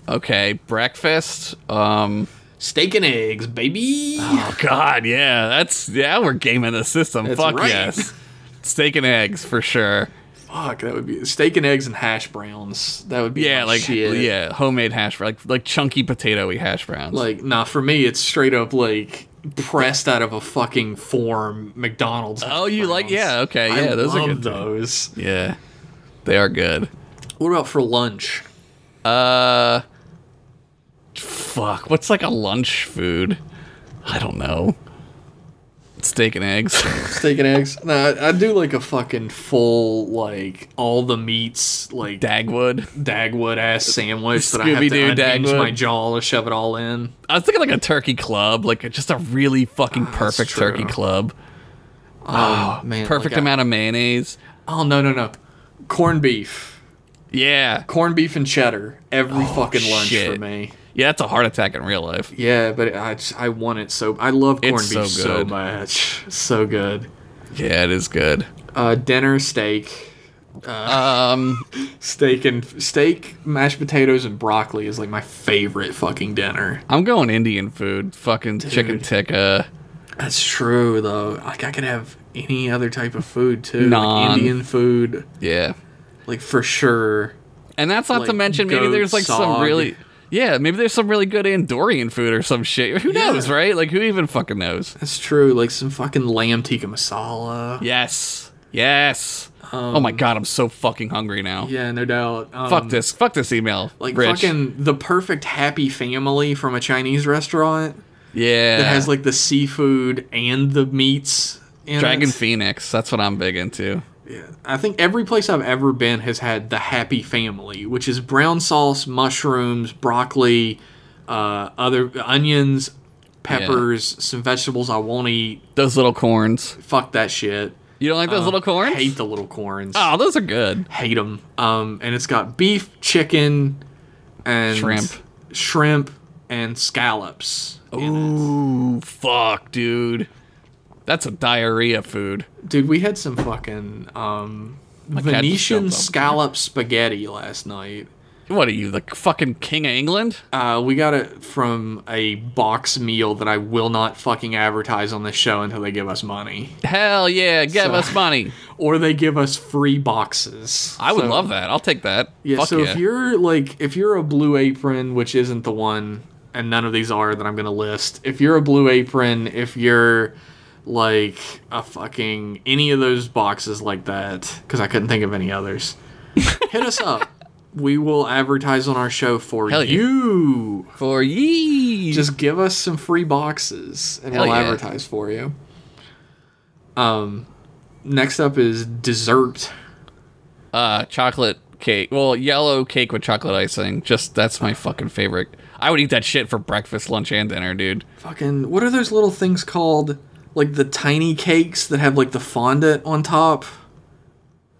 Speaker 2: Okay, breakfast. Um
Speaker 1: Steak and eggs, baby.
Speaker 2: Oh god, yeah. That's yeah, we're gaming the system.
Speaker 1: That's
Speaker 2: Fuck
Speaker 1: right.
Speaker 2: yes. Steak and eggs for sure.
Speaker 1: Fuck, that would be steak and eggs and hash browns. That would be
Speaker 2: Yeah,
Speaker 1: my
Speaker 2: like
Speaker 1: Oh, shit.
Speaker 2: yeah, homemade hash brown, like like chunky potatoy hash browns.
Speaker 1: Like, nah, for me, it's straight up like pressed out of a fucking form McDonald's.
Speaker 2: Oh, you like-
Speaker 1: browns.
Speaker 2: yeah, okay,
Speaker 1: I
Speaker 2: yeah, those are
Speaker 1: love
Speaker 2: good, too.
Speaker 1: Those.
Speaker 2: yeah. They are good.
Speaker 1: What about for lunch?
Speaker 2: Uh fuck, what's like a lunch food? I don't know. Steak and eggs.
Speaker 1: Steak and eggs. Nah, I, I do like a fucking full like all the meats like
Speaker 2: Dagwood.
Speaker 1: Dagwood ass sandwich that I have to
Speaker 2: Scooby-Doo
Speaker 1: unhinge
Speaker 2: Dagwood.
Speaker 1: my jaw to shove it all in.
Speaker 2: I was thinking like a turkey club, like just a really fucking perfect
Speaker 1: Ah, true.
Speaker 2: turkey club.
Speaker 1: Oh man,
Speaker 2: Perfect
Speaker 1: like, I-
Speaker 2: amount of mayonnaise.
Speaker 1: oh no no no, corned beef,
Speaker 2: Yeah.
Speaker 1: corned beef and cheddar every fucking lunch for
Speaker 2: Oh, shit.
Speaker 1: me.
Speaker 2: Yeah, that's a heart attack in real life.
Speaker 1: Yeah, but I, just- I want it so I love corned
Speaker 2: It's so
Speaker 1: beef so
Speaker 2: good.
Speaker 1: much, so good.
Speaker 2: Yeah, it is good.
Speaker 1: Uh, dinner steak, uh,
Speaker 2: Um
Speaker 1: steak and steak, mashed potatoes and broccoli is like my favorite fucking dinner.
Speaker 2: I'm going Indian food. Fucking chicken tikka.
Speaker 1: That's true though. Like I could have any other type of food too,
Speaker 2: Naan.
Speaker 1: like Indian food,
Speaker 2: Yeah.
Speaker 1: like for sure.
Speaker 2: And that's not to
Speaker 1: Like
Speaker 2: mention maybe
Speaker 1: goat
Speaker 2: there's like some
Speaker 1: sog.
Speaker 2: really Yeah, maybe there's some really good Andorian food or some shit. Who
Speaker 1: Yeah.
Speaker 2: knows, right? Like who even fucking knows?
Speaker 1: That's true. Like some fucking lamb tikka masala. Yeah,
Speaker 2: Yes. Yes. oh my god, I'm so fucking hungry now.
Speaker 1: no doubt. Um,
Speaker 2: Fuck this. Fuck this email.
Speaker 1: Like
Speaker 2: Rich.
Speaker 1: fucking the perfect happy family from a Chinese restaurant.
Speaker 2: Yeah.
Speaker 1: that has like the seafood and the meats. In
Speaker 2: Dragon
Speaker 1: it.
Speaker 2: Phoenix. That's what I'm big into.
Speaker 1: Yeah. I think every place I've ever been has had the Happy Family, which is brown sauce, mushrooms, broccoli, uh, other onions, peppers, some vegetables I won't eat.
Speaker 2: Those little corns.
Speaker 1: Fuck that shit.
Speaker 2: You don't like those little corns?
Speaker 1: Uh, Hate the little corns.
Speaker 2: oh, those are good.
Speaker 1: Hate them. Um, and it's got beef, chicken, and
Speaker 2: Shrimp. Oh,
Speaker 1: shrimp, and scallops. in it.
Speaker 2: Ooh, fuck, dude. That's a diarrhea food.
Speaker 1: Dude, we had some fucking um,
Speaker 2: cat just
Speaker 1: Venetian
Speaker 2: jumped up.
Speaker 1: scallop spaghetti last night.
Speaker 2: What are you, the fucking king of England?
Speaker 1: Uh, we got it from a box meal that I will not fucking advertise on this show until they give us money
Speaker 2: Hell yeah, give
Speaker 1: So-
Speaker 2: us money.
Speaker 1: or they give us free boxes.
Speaker 2: I would
Speaker 1: So-
Speaker 2: love that. I'll take that.
Speaker 1: Yeah.
Speaker 2: fuck
Speaker 1: so
Speaker 2: yeah.
Speaker 1: if you're like, if you're a Blue Apron, which isn't the one, and none of these are that I'm gonna list. If you're a Blue Apron, if you're like a fucking any of those boxes like that, because I couldn't think of any others. hit us up. We will advertise on our show for
Speaker 2: Hell yeah.
Speaker 1: you.
Speaker 2: For ye.
Speaker 1: Just give us some free boxes, and
Speaker 2: Hell
Speaker 1: we'll
Speaker 2: yeah.
Speaker 1: advertise for you. Um, next up is dessert.
Speaker 2: uh, chocolate cake. Well, yellow cake with chocolate icing. Just, that's my fucking favorite. I would eat that shit for breakfast, lunch, and dinner, dude.
Speaker 1: fucking what are those little things called like the tiny cakes that have like the fondant on top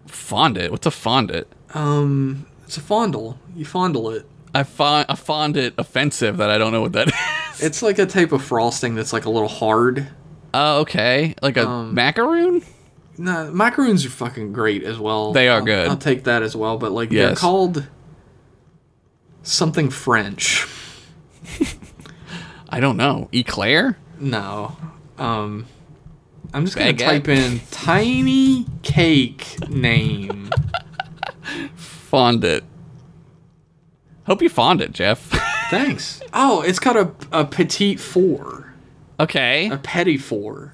Speaker 2: Fondant. What's a fondant?
Speaker 1: um it's a fondle you fondle it
Speaker 2: I find I find it offensive that I don't know what that is.
Speaker 1: it's like a type of frosting that's like a little hard
Speaker 2: Oh, okay. Like a
Speaker 1: Um.
Speaker 2: macaroon?
Speaker 1: no macaroons are fucking great as well
Speaker 2: They are
Speaker 1: I'll-
Speaker 2: good.
Speaker 1: i'll take that as well but like they're
Speaker 2: Yes.
Speaker 1: called something french
Speaker 2: I don't know. Eclair?
Speaker 1: no um i'm just gonna
Speaker 2: Baguette?
Speaker 1: type in tiny cake name
Speaker 2: Fondant. Hope you fond it, Jeff.
Speaker 1: thanks oh it's got a, a petite four
Speaker 2: okay.
Speaker 1: a petty four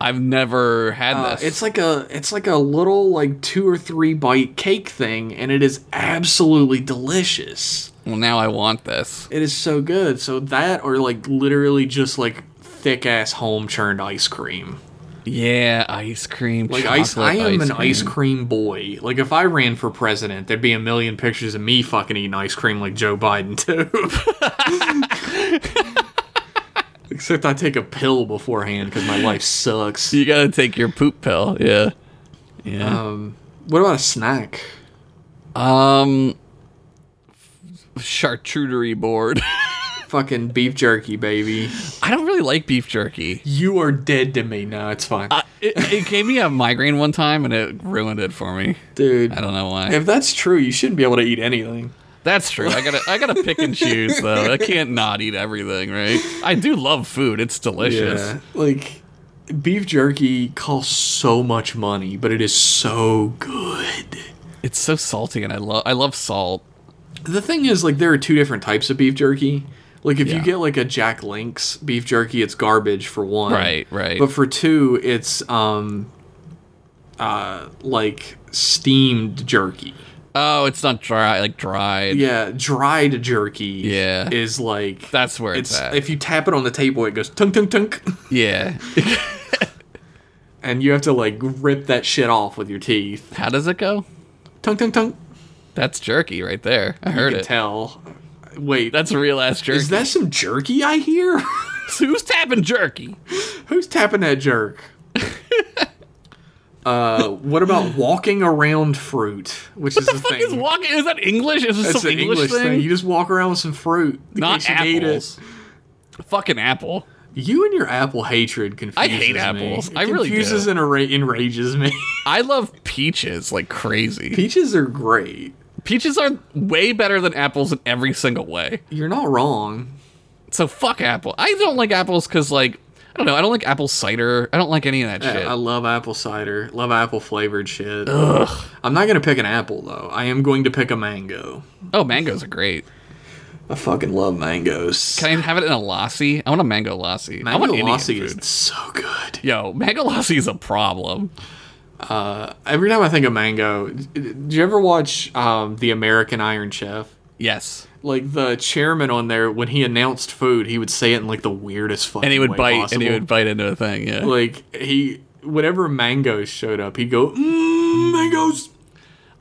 Speaker 2: I've never had
Speaker 1: Uh,
Speaker 2: this.
Speaker 1: it's like a it's like a little like two or three bite cake thing, and it is absolutely delicious.
Speaker 2: well, now I want this.
Speaker 1: It is so good. So that or like literally just like thick ass home churned ice cream.
Speaker 2: Yeah, ice cream.
Speaker 1: Like ice, I
Speaker 2: chocolate
Speaker 1: am an
Speaker 2: cream.
Speaker 1: ice cream boy. Like if I ran for president, there'd be a million pictures of me fucking eating ice cream like Joe Biden too. Except I take a pill beforehand because my life sucks.
Speaker 2: You gotta take your poop pill. Yeah. Yeah.
Speaker 1: Um, what about a snack?
Speaker 2: um charcuterie board.
Speaker 1: Fucking beef jerky, baby.
Speaker 2: I don't really like beef jerky.
Speaker 1: You are dead to me. No, it's fine,
Speaker 2: I, it, it gave me a migraine one time and it ruined it for me.
Speaker 1: dude.
Speaker 2: I don't know why.
Speaker 1: If that's true, you shouldn't be able to eat anything.
Speaker 2: That's true. I gotta I gotta pick and choose though. I can't not eat everything, right? I do love food. It's delicious.
Speaker 1: Like beef jerky costs so much money, but it is so good.
Speaker 2: It's so salty and I love I love salt.
Speaker 1: The thing is, like, there are two different types of beef jerky. Like, if you
Speaker 2: Yeah.
Speaker 1: get like a Jack Link's beef jerky, it's garbage for one.
Speaker 2: Right, right.
Speaker 1: But for two, it's um, uh, like steamed jerky.
Speaker 2: Oh, it's not dry like dried.
Speaker 1: Yeah, dried jerky.
Speaker 2: Yeah.
Speaker 1: is like
Speaker 2: That's where it's
Speaker 1: it's
Speaker 2: at.
Speaker 1: if you tap it on the table, it goes tunk tunk tunk,
Speaker 2: Yeah.
Speaker 1: and you have to like rip that shit off with your teeth.
Speaker 2: How does it go?
Speaker 1: Tunk tunk tunk.
Speaker 2: That's jerky right there. I
Speaker 1: You
Speaker 2: heard
Speaker 1: can
Speaker 2: it.
Speaker 1: tell. Wait,
Speaker 2: That's real ass jerky.
Speaker 1: is that some jerky I hear?
Speaker 2: Who's tapping jerky?
Speaker 1: Who's tapping that jerk? uh, what about walking around fruit? Which is
Speaker 2: The
Speaker 1: the
Speaker 2: fuck
Speaker 1: thing.
Speaker 2: is walking? Is that English? Is this
Speaker 1: That's
Speaker 2: some
Speaker 1: an
Speaker 2: English, thing?
Speaker 1: You just walk around with some fruit. in
Speaker 2: Not
Speaker 1: case you need it.
Speaker 2: apples. Fucking apple.
Speaker 1: You and your apple hatred confuses
Speaker 2: I hate
Speaker 1: me.
Speaker 2: apples.
Speaker 1: It
Speaker 2: I really
Speaker 1: confuses
Speaker 2: do.
Speaker 1: and enra- enrages me.
Speaker 2: I love peaches like crazy.
Speaker 1: Peaches are great.
Speaker 2: Peaches are way better than apples in every single way.
Speaker 1: You're not wrong.
Speaker 2: So fuck apple. I don't like apples because like I don't know. I don't like apple cider. I don't like any of that shit.
Speaker 1: I love apple cider. Love apple flavored shit. Ugh. I'm not gonna pick an apple though. I am going to pick a mango.
Speaker 2: oh, mangoes are great.
Speaker 1: I fucking love mangoes.
Speaker 2: Can I have it in a lassi? I want a mango lassi. I
Speaker 1: mango
Speaker 2: want Indian
Speaker 1: lassi
Speaker 2: food.
Speaker 1: is so good.
Speaker 2: Yo, mango lassi is a problem.
Speaker 1: Every time I think of mango, d- d- do you ever watch um, the American Iron Chef?
Speaker 2: Yes.
Speaker 1: Like the chairman on there, when he announced food, he would say it in like the weirdest fucking
Speaker 2: And he would
Speaker 1: way
Speaker 2: bite. And
Speaker 1: possible.
Speaker 2: he would bite into a thing. Yeah.
Speaker 1: like he whenever mangoes showed up, he'd go mm, mangoes.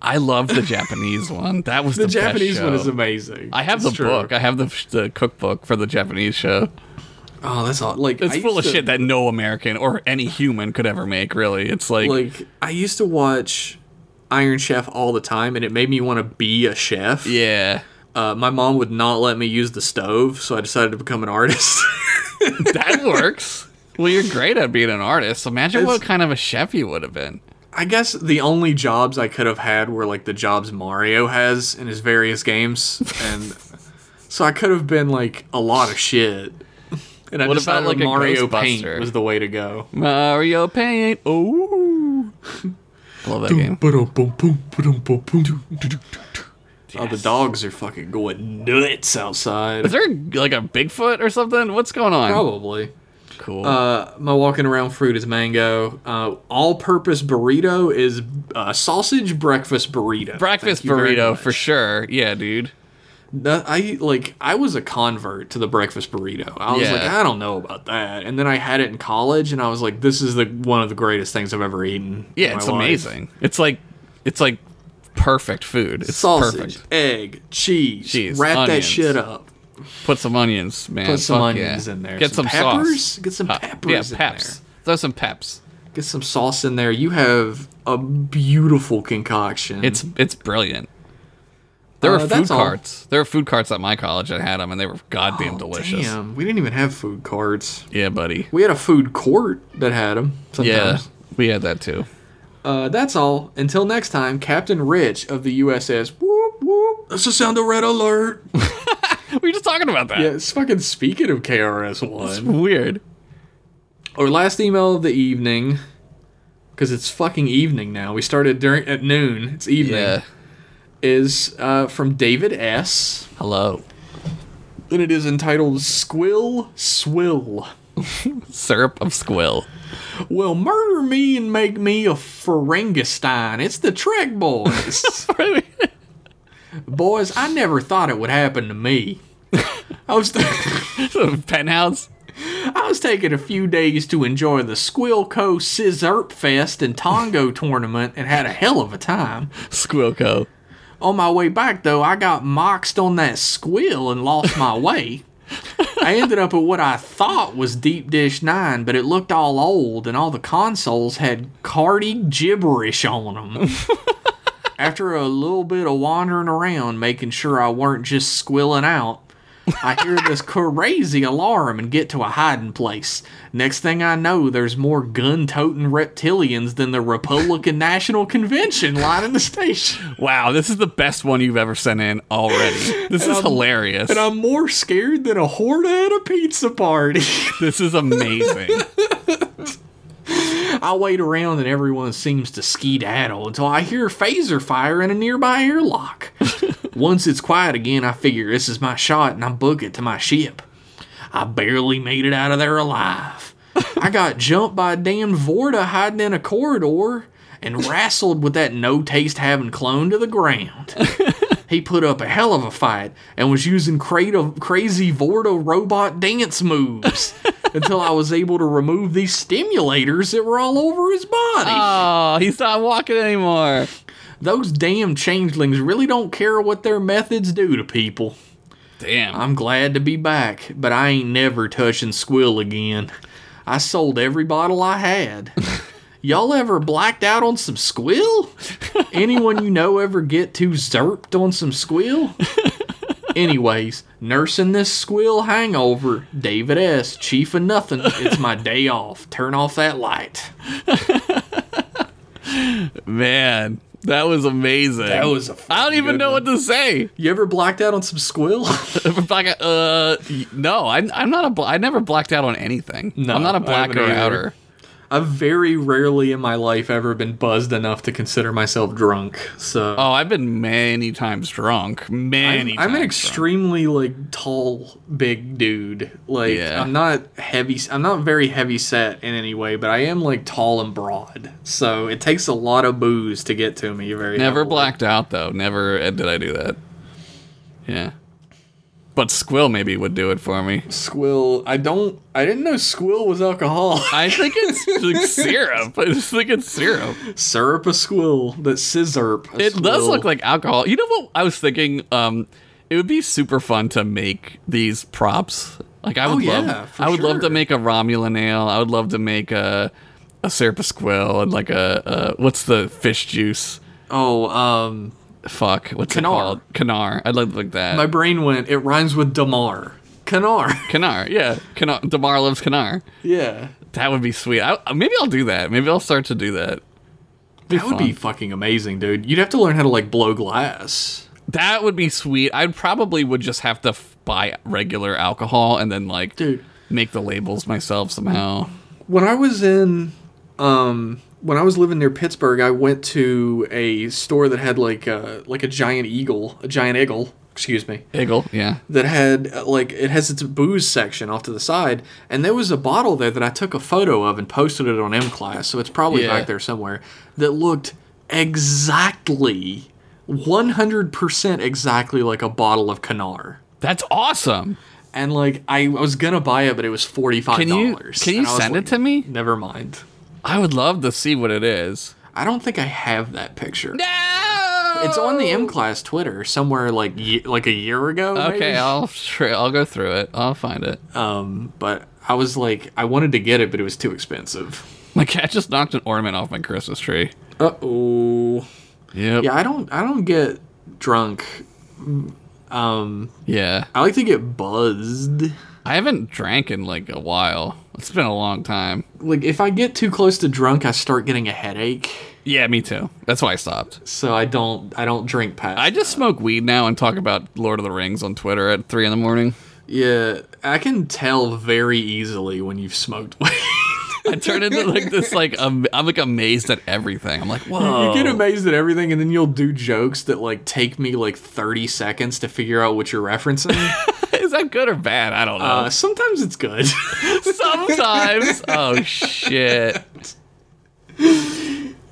Speaker 2: I love the Japanese one. That was the,
Speaker 1: The Japanese
Speaker 2: best show.
Speaker 1: one is amazing.
Speaker 2: I have
Speaker 1: It's
Speaker 2: the
Speaker 1: true.
Speaker 2: book. I have the, the cookbook for the Japanese show.
Speaker 1: Oh, that's all. Like
Speaker 2: It's
Speaker 1: I
Speaker 2: full of
Speaker 1: used to-
Speaker 2: shit that no American or any human could ever make. Really, it's like,
Speaker 1: like I used to watch Iron Chef all the time, and it made me want to be a chef.
Speaker 2: yeah,
Speaker 1: Uh, my mom would not let me use the stove, so I decided to become an artist.
Speaker 2: that works. Well, you're great at being an artist. Imagine what kind of a chef you would have been.
Speaker 1: I guess the only jobs I could have had were like the jobs Mario has in his various games, and so I could have been like a lot of shit. And I
Speaker 2: What
Speaker 1: decided
Speaker 2: about, like, a
Speaker 1: Mario Paint
Speaker 2: Ghostbuster?
Speaker 1: was the way to go.
Speaker 2: Mario Paint. Oh, love that game.
Speaker 1: Oh, the dogs are fucking going nuts outside.
Speaker 2: Is there like a Bigfoot or something? What's going on?
Speaker 1: Probably.
Speaker 2: Cool.
Speaker 1: Uh, my walking around fruit is mango. Uh, all-purpose burrito is uh, sausage breakfast burrito.
Speaker 2: Breakfast
Speaker 1: Thank you very
Speaker 2: burrito
Speaker 1: much.
Speaker 2: for sure. Yeah, dude.
Speaker 1: That- I like. I was a convert to the breakfast burrito. I was
Speaker 2: Yeah.
Speaker 1: like, I don't know about that. And then I had it in college, and I was like, this is the one of the greatest things I've ever eaten. in
Speaker 2: Yeah,
Speaker 1: my
Speaker 2: it's
Speaker 1: life.
Speaker 2: amazing. It's like it's like perfect food. It's
Speaker 1: Sausage,
Speaker 2: perfect.
Speaker 1: egg, cheese.
Speaker 2: Cheese,
Speaker 1: Wrap that
Speaker 2: onions.
Speaker 1: shit up.
Speaker 2: Put some onions, man.
Speaker 1: Put some
Speaker 2: Fuck
Speaker 1: onions
Speaker 2: yeah.
Speaker 1: in there.
Speaker 2: Get some,
Speaker 1: some, peppers.
Speaker 2: sauce.
Speaker 1: Get some
Speaker 2: Uh,
Speaker 1: peppers.
Speaker 2: yeah,
Speaker 1: in
Speaker 2: peps.
Speaker 1: there.
Speaker 2: Throw some peps.
Speaker 1: Get some sauce in there. You have a beautiful concoction.
Speaker 2: It's it's brilliant. There
Speaker 1: Mm-hmm. Uh,
Speaker 2: were food
Speaker 1: that's all. Oh,
Speaker 2: carts. There were food carts at my college that had them, and they were goddamn delicious.
Speaker 1: Damn, we didn't even have food carts.
Speaker 2: Yeah, buddy.
Speaker 1: We had a food court that had them.
Speaker 2: Yeah,
Speaker 1: Sometimes.
Speaker 2: we had that too.
Speaker 1: Uh, that's all. Until next time, Captain Rich of the USS. Whoop whoop. That's the sound of red alert.
Speaker 2: We were just talking about that.
Speaker 1: yeah, it's fucking speaking of KRS One.
Speaker 2: Weird.
Speaker 1: Our last email of the evening, because it's fucking evening now. We started during at noon. It's evening.
Speaker 2: Yeah.
Speaker 1: Is uh, from David S.
Speaker 2: Hello,
Speaker 1: And it is entitled Squill Swill.
Speaker 2: syrup of squill.
Speaker 1: Well, murder me and make me a Ferengistan. It's the Trek Boys. boys, I never thought it would happen to me. I was,
Speaker 2: Penthouse.
Speaker 1: I was taking a few days to enjoy the Squilco Scissorp Fest and Tongo tournament and had a hell of a time.
Speaker 2: Squilco.
Speaker 1: On my way back, though, I got moxed on that squill and lost my way. I ended up at what I thought was Deep Dish 9, but it looked all old and all the consoles had cardi gibberish on them. After a little bit of wandering around, making sure I weren't just squilling out, I hear this crazy alarm and get to a hiding place. Next thing I know, there's more gun toting reptilians than the Republican National Convention lining the station.
Speaker 2: Wow, this is the best one you've ever sent in already. This is hilarious.
Speaker 1: And um, I'm more scared than a horda at a pizza party.
Speaker 2: This is amazing.
Speaker 1: I wait around and everyone seems to skedaddle until I hear phaser fire in a nearby airlock. Once it's quiet again, I figure this is my shot and I book it to my ship. I barely made it out of there alive. I got jumped by a damn Vorta hiding in a corridor and wrestled with that no taste having clone to the ground. He put up a hell of a fight and was using cradle, crazy Vorta robot dance moves until I was able to remove these stimulators that were all over his body.
Speaker 2: Oh, he's not walking anymore.
Speaker 1: Those damn changelings really don't care what their methods do to people.
Speaker 2: Damn.
Speaker 1: I'm glad to be back, but I ain't never touching Squill again. I sold every bottle I had. Y'all ever blacked out on some Squill? Anyone you know ever get too zerped on some Squill? Anyways, nursing this Squill hangover, David S., chief of nothing, it's my day off. Turn off that light.
Speaker 2: Man, that was amazing.
Speaker 1: That was a
Speaker 2: I don't even
Speaker 1: good
Speaker 2: know
Speaker 1: one.
Speaker 2: what to say.
Speaker 1: You ever blacked out on some Squill?
Speaker 2: Black, uh, no, I, I'm not a. Bla- I never blacked out on anything.
Speaker 1: No,
Speaker 2: I'm not a
Speaker 1: I haven't
Speaker 2: blacker
Speaker 1: either.
Speaker 2: outer.
Speaker 1: I've very rarely in my life ever been buzzed enough to consider myself drunk. So
Speaker 2: Oh, I've been many times drunk.
Speaker 1: I'm,
Speaker 2: Many.
Speaker 1: I'm
Speaker 2: times
Speaker 1: an
Speaker 2: drunk.
Speaker 1: extremely like tall, big dude. Like
Speaker 2: Yeah.
Speaker 1: I'm not heavy. I'm not very heavy set in any way, but I am like tall and broad. So it takes a lot of booze to get to me. Very
Speaker 2: Never
Speaker 1: heavily.
Speaker 2: blacked out though. Never uh, did I do that. Yeah. But Squill maybe would do it for me.
Speaker 1: Squill. I don't. I didn't know Squill was alcohol.
Speaker 2: I think it's like syrup. I just think it's syrup.
Speaker 1: Syrup a Squill. That scissorp.
Speaker 2: It does look like alcohol. You know what I was thinking? Um, it would be super fun to make these props. Like I
Speaker 1: Oh,
Speaker 2: would
Speaker 1: yeah,
Speaker 2: love,
Speaker 1: for
Speaker 2: I would love
Speaker 1: sure.
Speaker 2: to make a Romulan ale. I would love to make a a Serpasquill and like a, a what's the fish juice?
Speaker 1: Oh, um,
Speaker 2: Fuck, what's
Speaker 1: Canar.
Speaker 2: it called? Canar. I'd love like that.
Speaker 1: my brain went. It rhymes with Damar. Canar.
Speaker 2: Canar, yeah. Canar. Damar loves Canar.
Speaker 1: yeah.
Speaker 2: That would be sweet. I, maybe I'll do that. Maybe I'll start to do that.
Speaker 1: That would be fucking amazing, dude. You'd have to learn how to like blow glass.
Speaker 2: That would be sweet. I probably would just have to f- buy regular alcohol and then like
Speaker 1: Dude.
Speaker 2: make the labels myself somehow.
Speaker 1: When I was in um when I was living near Pittsburgh, I went to a store that had like a like a giant eagle, a giant eagle, excuse me,
Speaker 2: Eagle, yeah.
Speaker 1: that had uh, like it has its booze section off to the side, and there was a bottle there that I took a photo of and posted it on M Class, so it's probably
Speaker 2: Yeah.
Speaker 1: back there somewhere. That looked exactly 100% exactly like a bottle of Canar.
Speaker 2: That's awesome.
Speaker 1: and like I was gonna buy it, but it was forty five
Speaker 2: Can you
Speaker 1: dollars.
Speaker 2: can you send it to me?
Speaker 1: Never mind.
Speaker 2: I would love to see what it is.
Speaker 1: I don't think I have that picture.
Speaker 2: No,
Speaker 1: It's on the M Class Twitter somewhere, like ye- like a year ago.
Speaker 2: Okay,
Speaker 1: maybe?
Speaker 2: I'll tra- I'll go through it. I'll find it.
Speaker 1: Um, but I was like, I wanted to get it, but it was too expensive.
Speaker 2: My cat just knocked an ornament off my Christmas tree.
Speaker 1: Uh oh.
Speaker 2: Yep.
Speaker 1: Yeah, I don't. I don't get drunk. Um,
Speaker 2: yeah.
Speaker 1: I like to get buzzed.
Speaker 2: I haven't drank in like a while. It's been a long time.
Speaker 1: Like if I get too close to drunk, I start getting a headache.
Speaker 2: Yeah, me too. That's why I stopped.
Speaker 1: So I don't. I don't drink past.
Speaker 2: I just smoke weed now and talk about Lord of the Rings on Twitter at three in the morning.
Speaker 1: yeah, I can tell very easily when you've smoked weed.
Speaker 2: I turn into like this like am- I'm like amazed at everything. I'm like, whoa.
Speaker 1: You get amazed at everything, and then you'll do jokes that like take me like thirty seconds to figure out what you're referencing.
Speaker 2: Is that good or bad? I don't know.
Speaker 1: uh, sometimes it's good.
Speaker 2: Sometimes. oh shit.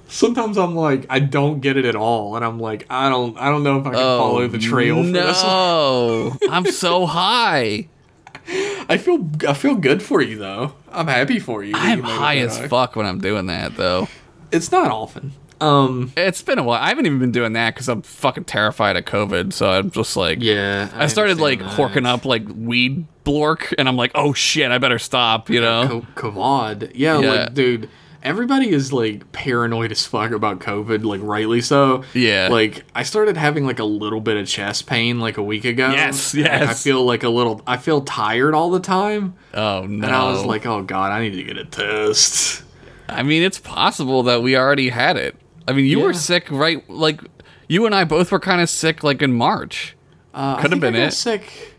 Speaker 1: sometimes I'm like, I don't get it at all, and I'm like, I
Speaker 2: Oh,
Speaker 1: don't, I don't know if I can follow the trail. For this one.
Speaker 2: No, I'm so high.
Speaker 1: I feel I feel good for you though. I'm happy for you. that you
Speaker 2: I'm
Speaker 1: made it
Speaker 2: high
Speaker 1: that
Speaker 2: as
Speaker 1: high.
Speaker 2: fuck when I'm doing that though.
Speaker 1: It's not often. Um.
Speaker 2: It's been a while. I haven't even been doing that because I'm fucking terrified of COVID. So I'm just like,
Speaker 1: Yeah.
Speaker 2: I started like
Speaker 1: horking
Speaker 2: horking up like weed blork, and I'm like, oh shit, I better stop. You know?
Speaker 1: Co- Kavad. Yeah,
Speaker 2: Yeah.
Speaker 1: like dude, everybody is like paranoid as fuck about COVID, like rightly so.
Speaker 2: Yeah.
Speaker 1: Like I started having like a little bit of chest pain like a week ago.
Speaker 2: Yes,
Speaker 1: and I
Speaker 2: yes.
Speaker 1: feel like a little I feel tired all the time.
Speaker 2: oh
Speaker 1: And
Speaker 2: no!
Speaker 1: I was like, oh god, I need to get a test.
Speaker 2: I mean, it's possible that we already had it. I mean, you were
Speaker 1: Yeah.
Speaker 2: sick, right? Like, you and I both were kind of sick, like in March,
Speaker 1: Uh, I
Speaker 2: Could've
Speaker 1: think
Speaker 2: been
Speaker 1: I got
Speaker 2: it.
Speaker 1: sick.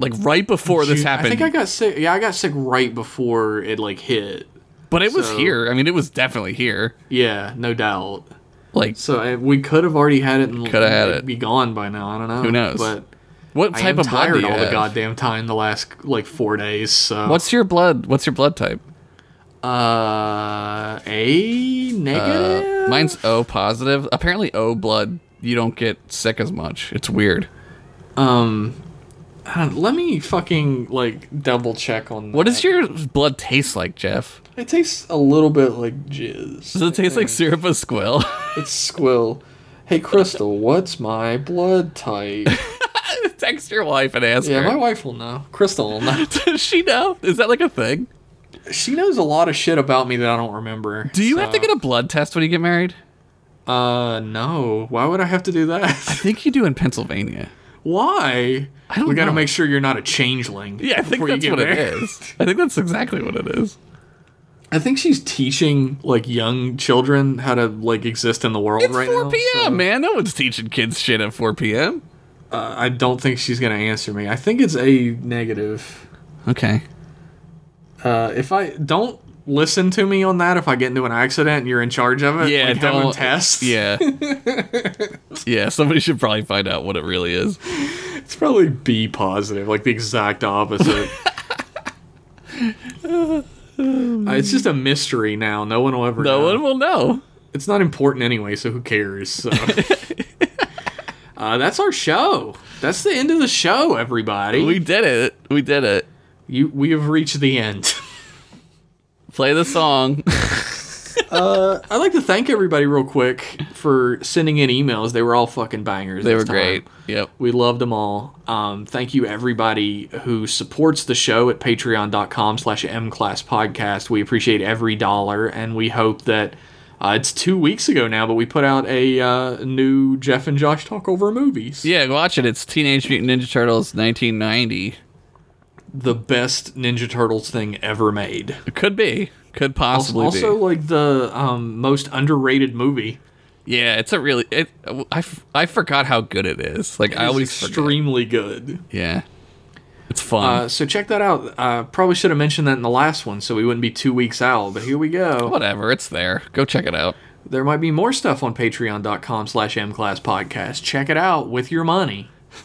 Speaker 2: like right before this
Speaker 1: Ju- I
Speaker 2: happened.
Speaker 1: think I got sick. Yeah, I got sick right before it like hit.
Speaker 2: but it was
Speaker 1: so-
Speaker 2: here. I mean, it was definitely here.
Speaker 1: Yeah, no doubt.
Speaker 2: Like,
Speaker 1: So I, we could have already had it and
Speaker 2: Coulda had
Speaker 1: it'd
Speaker 2: it.
Speaker 1: be gone by now. I don't know.
Speaker 2: Who knows?
Speaker 1: But
Speaker 2: what
Speaker 1: I am
Speaker 2: type of blood do
Speaker 1: tired
Speaker 2: you
Speaker 1: all the
Speaker 2: have?
Speaker 1: goddamn time the last like four days. So
Speaker 2: What's your blood? What's your blood type?
Speaker 1: uh a
Speaker 2: Uh,
Speaker 1: negative?
Speaker 2: mine's O positive. Apparently, O blood, you don't get sick as much. It's weird.
Speaker 1: Um, I don't- let me fucking like double check on.
Speaker 2: What
Speaker 1: that.
Speaker 2: does your blood taste like, Jeff?
Speaker 1: It tastes a little bit like jizz.
Speaker 2: Does it taste like syrup of squill?
Speaker 1: It's squill. Hey Crystal, what's my blood type?
Speaker 2: Text your wife and ask
Speaker 1: Yeah, my
Speaker 2: her.
Speaker 1: wife will know. Crystal will know.
Speaker 2: Does she know? Is that like a thing?
Speaker 1: She knows a lot of shit about me that I don't remember.
Speaker 2: Do you have to get a blood test when you get married?
Speaker 1: a? Uh, no. Why would I have to do that?
Speaker 2: I think you do in Pennsylvania.
Speaker 1: Why?
Speaker 2: I don't
Speaker 1: We gotta
Speaker 2: know.
Speaker 1: make sure you're not a changeling.
Speaker 2: Yeah, I think
Speaker 1: before you
Speaker 2: that's
Speaker 1: get
Speaker 2: what
Speaker 1: married.
Speaker 2: it is. I think that's exactly what it is.
Speaker 1: I think she's teaching like young children how to like exist in the world
Speaker 2: It's
Speaker 1: right
Speaker 2: 4
Speaker 1: now.
Speaker 2: p.m.,
Speaker 1: so,
Speaker 2: man. No one's teaching kids shit at 4 p.m.
Speaker 1: uh, I don't think she's gonna answer me. I think it's a negative.
Speaker 2: Okay.
Speaker 1: Uh, if I don't listen to me on that, if I get into an accident, and you're in charge of it.
Speaker 2: Yeah,
Speaker 1: like, have them
Speaker 2: don't
Speaker 1: test.
Speaker 2: Yeah. yeah, somebody should probably find out what it really is.
Speaker 1: it's probably B positive, like the exact opposite. Uh, it's just a mystery now. No one will ever.
Speaker 2: No
Speaker 1: know.
Speaker 2: one will know.
Speaker 1: It's not important anyway, so who cares? So. Uh, that's our show. That's the end of the show, everybody.
Speaker 2: We did it. We did it.
Speaker 1: You, we have reached the end.
Speaker 2: Play the song.
Speaker 1: I'd like to thank everybody real quick for sending in emails. They were all fucking bangers.
Speaker 2: they
Speaker 1: this
Speaker 2: were
Speaker 1: time.
Speaker 2: great. Yep.
Speaker 1: We loved them all. Um, thank you everybody who supports the show at patreon.com slash mclasspodcast. We appreciate every dollar, and we hope that uh, it's two weeks ago now, but we put out a uh, new Jeff and Josh talk over movies.
Speaker 2: Yeah, go watch it. It's Teenage Mutant Ninja Turtles 1990.
Speaker 1: The best Ninja Turtles thing ever made.
Speaker 2: It could be. Could possibly
Speaker 1: also,
Speaker 2: be.
Speaker 1: like the um, most underrated movie.
Speaker 2: Yeah, it's a really. It, I, f- I forgot how good it is. Like, I
Speaker 1: It's
Speaker 2: always forget.
Speaker 1: extremely good.
Speaker 2: Yeah. It's fun.
Speaker 1: Uh, so check that out. Uh, probably should have mentioned that in the last one, so we wouldn't be two weeks out. But here we go.
Speaker 2: Whatever. It's there. Go check it out.
Speaker 1: There might be more stuff on patreon.com slash mclasspodcast. Check it out with your money.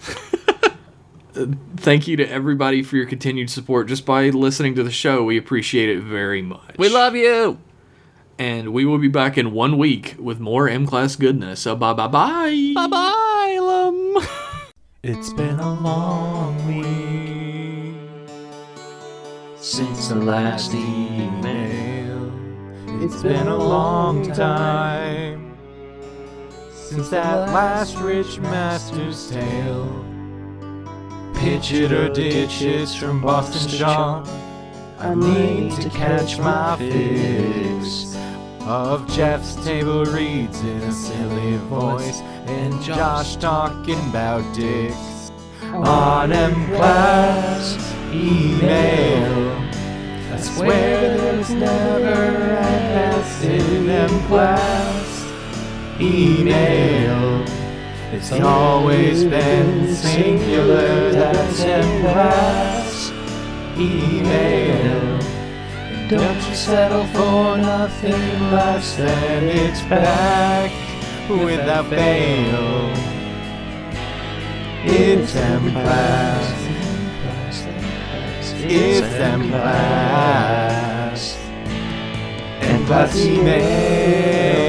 Speaker 1: Uh, Thank you to everybody for your continued support just by listening to the show. We appreciate it very much.
Speaker 2: We love you.
Speaker 1: and we will be back in one week with more M Class goodness. So bye bye bye.
Speaker 2: Bye bye, Lum.
Speaker 3: It's been a long week since the last email. It's been a long time since that last Rich Master's tale. Pitch it or ditch it from Boston Sean. I need to catch my fix of Jeff's table reads in a silly voice and Josh talking about dicks on M class email. I swear there was never an S in M class email. It's always been singular. That's M class email. Don't you settle for nothing less than it's back without fail. It's them class. It's them class. And class email.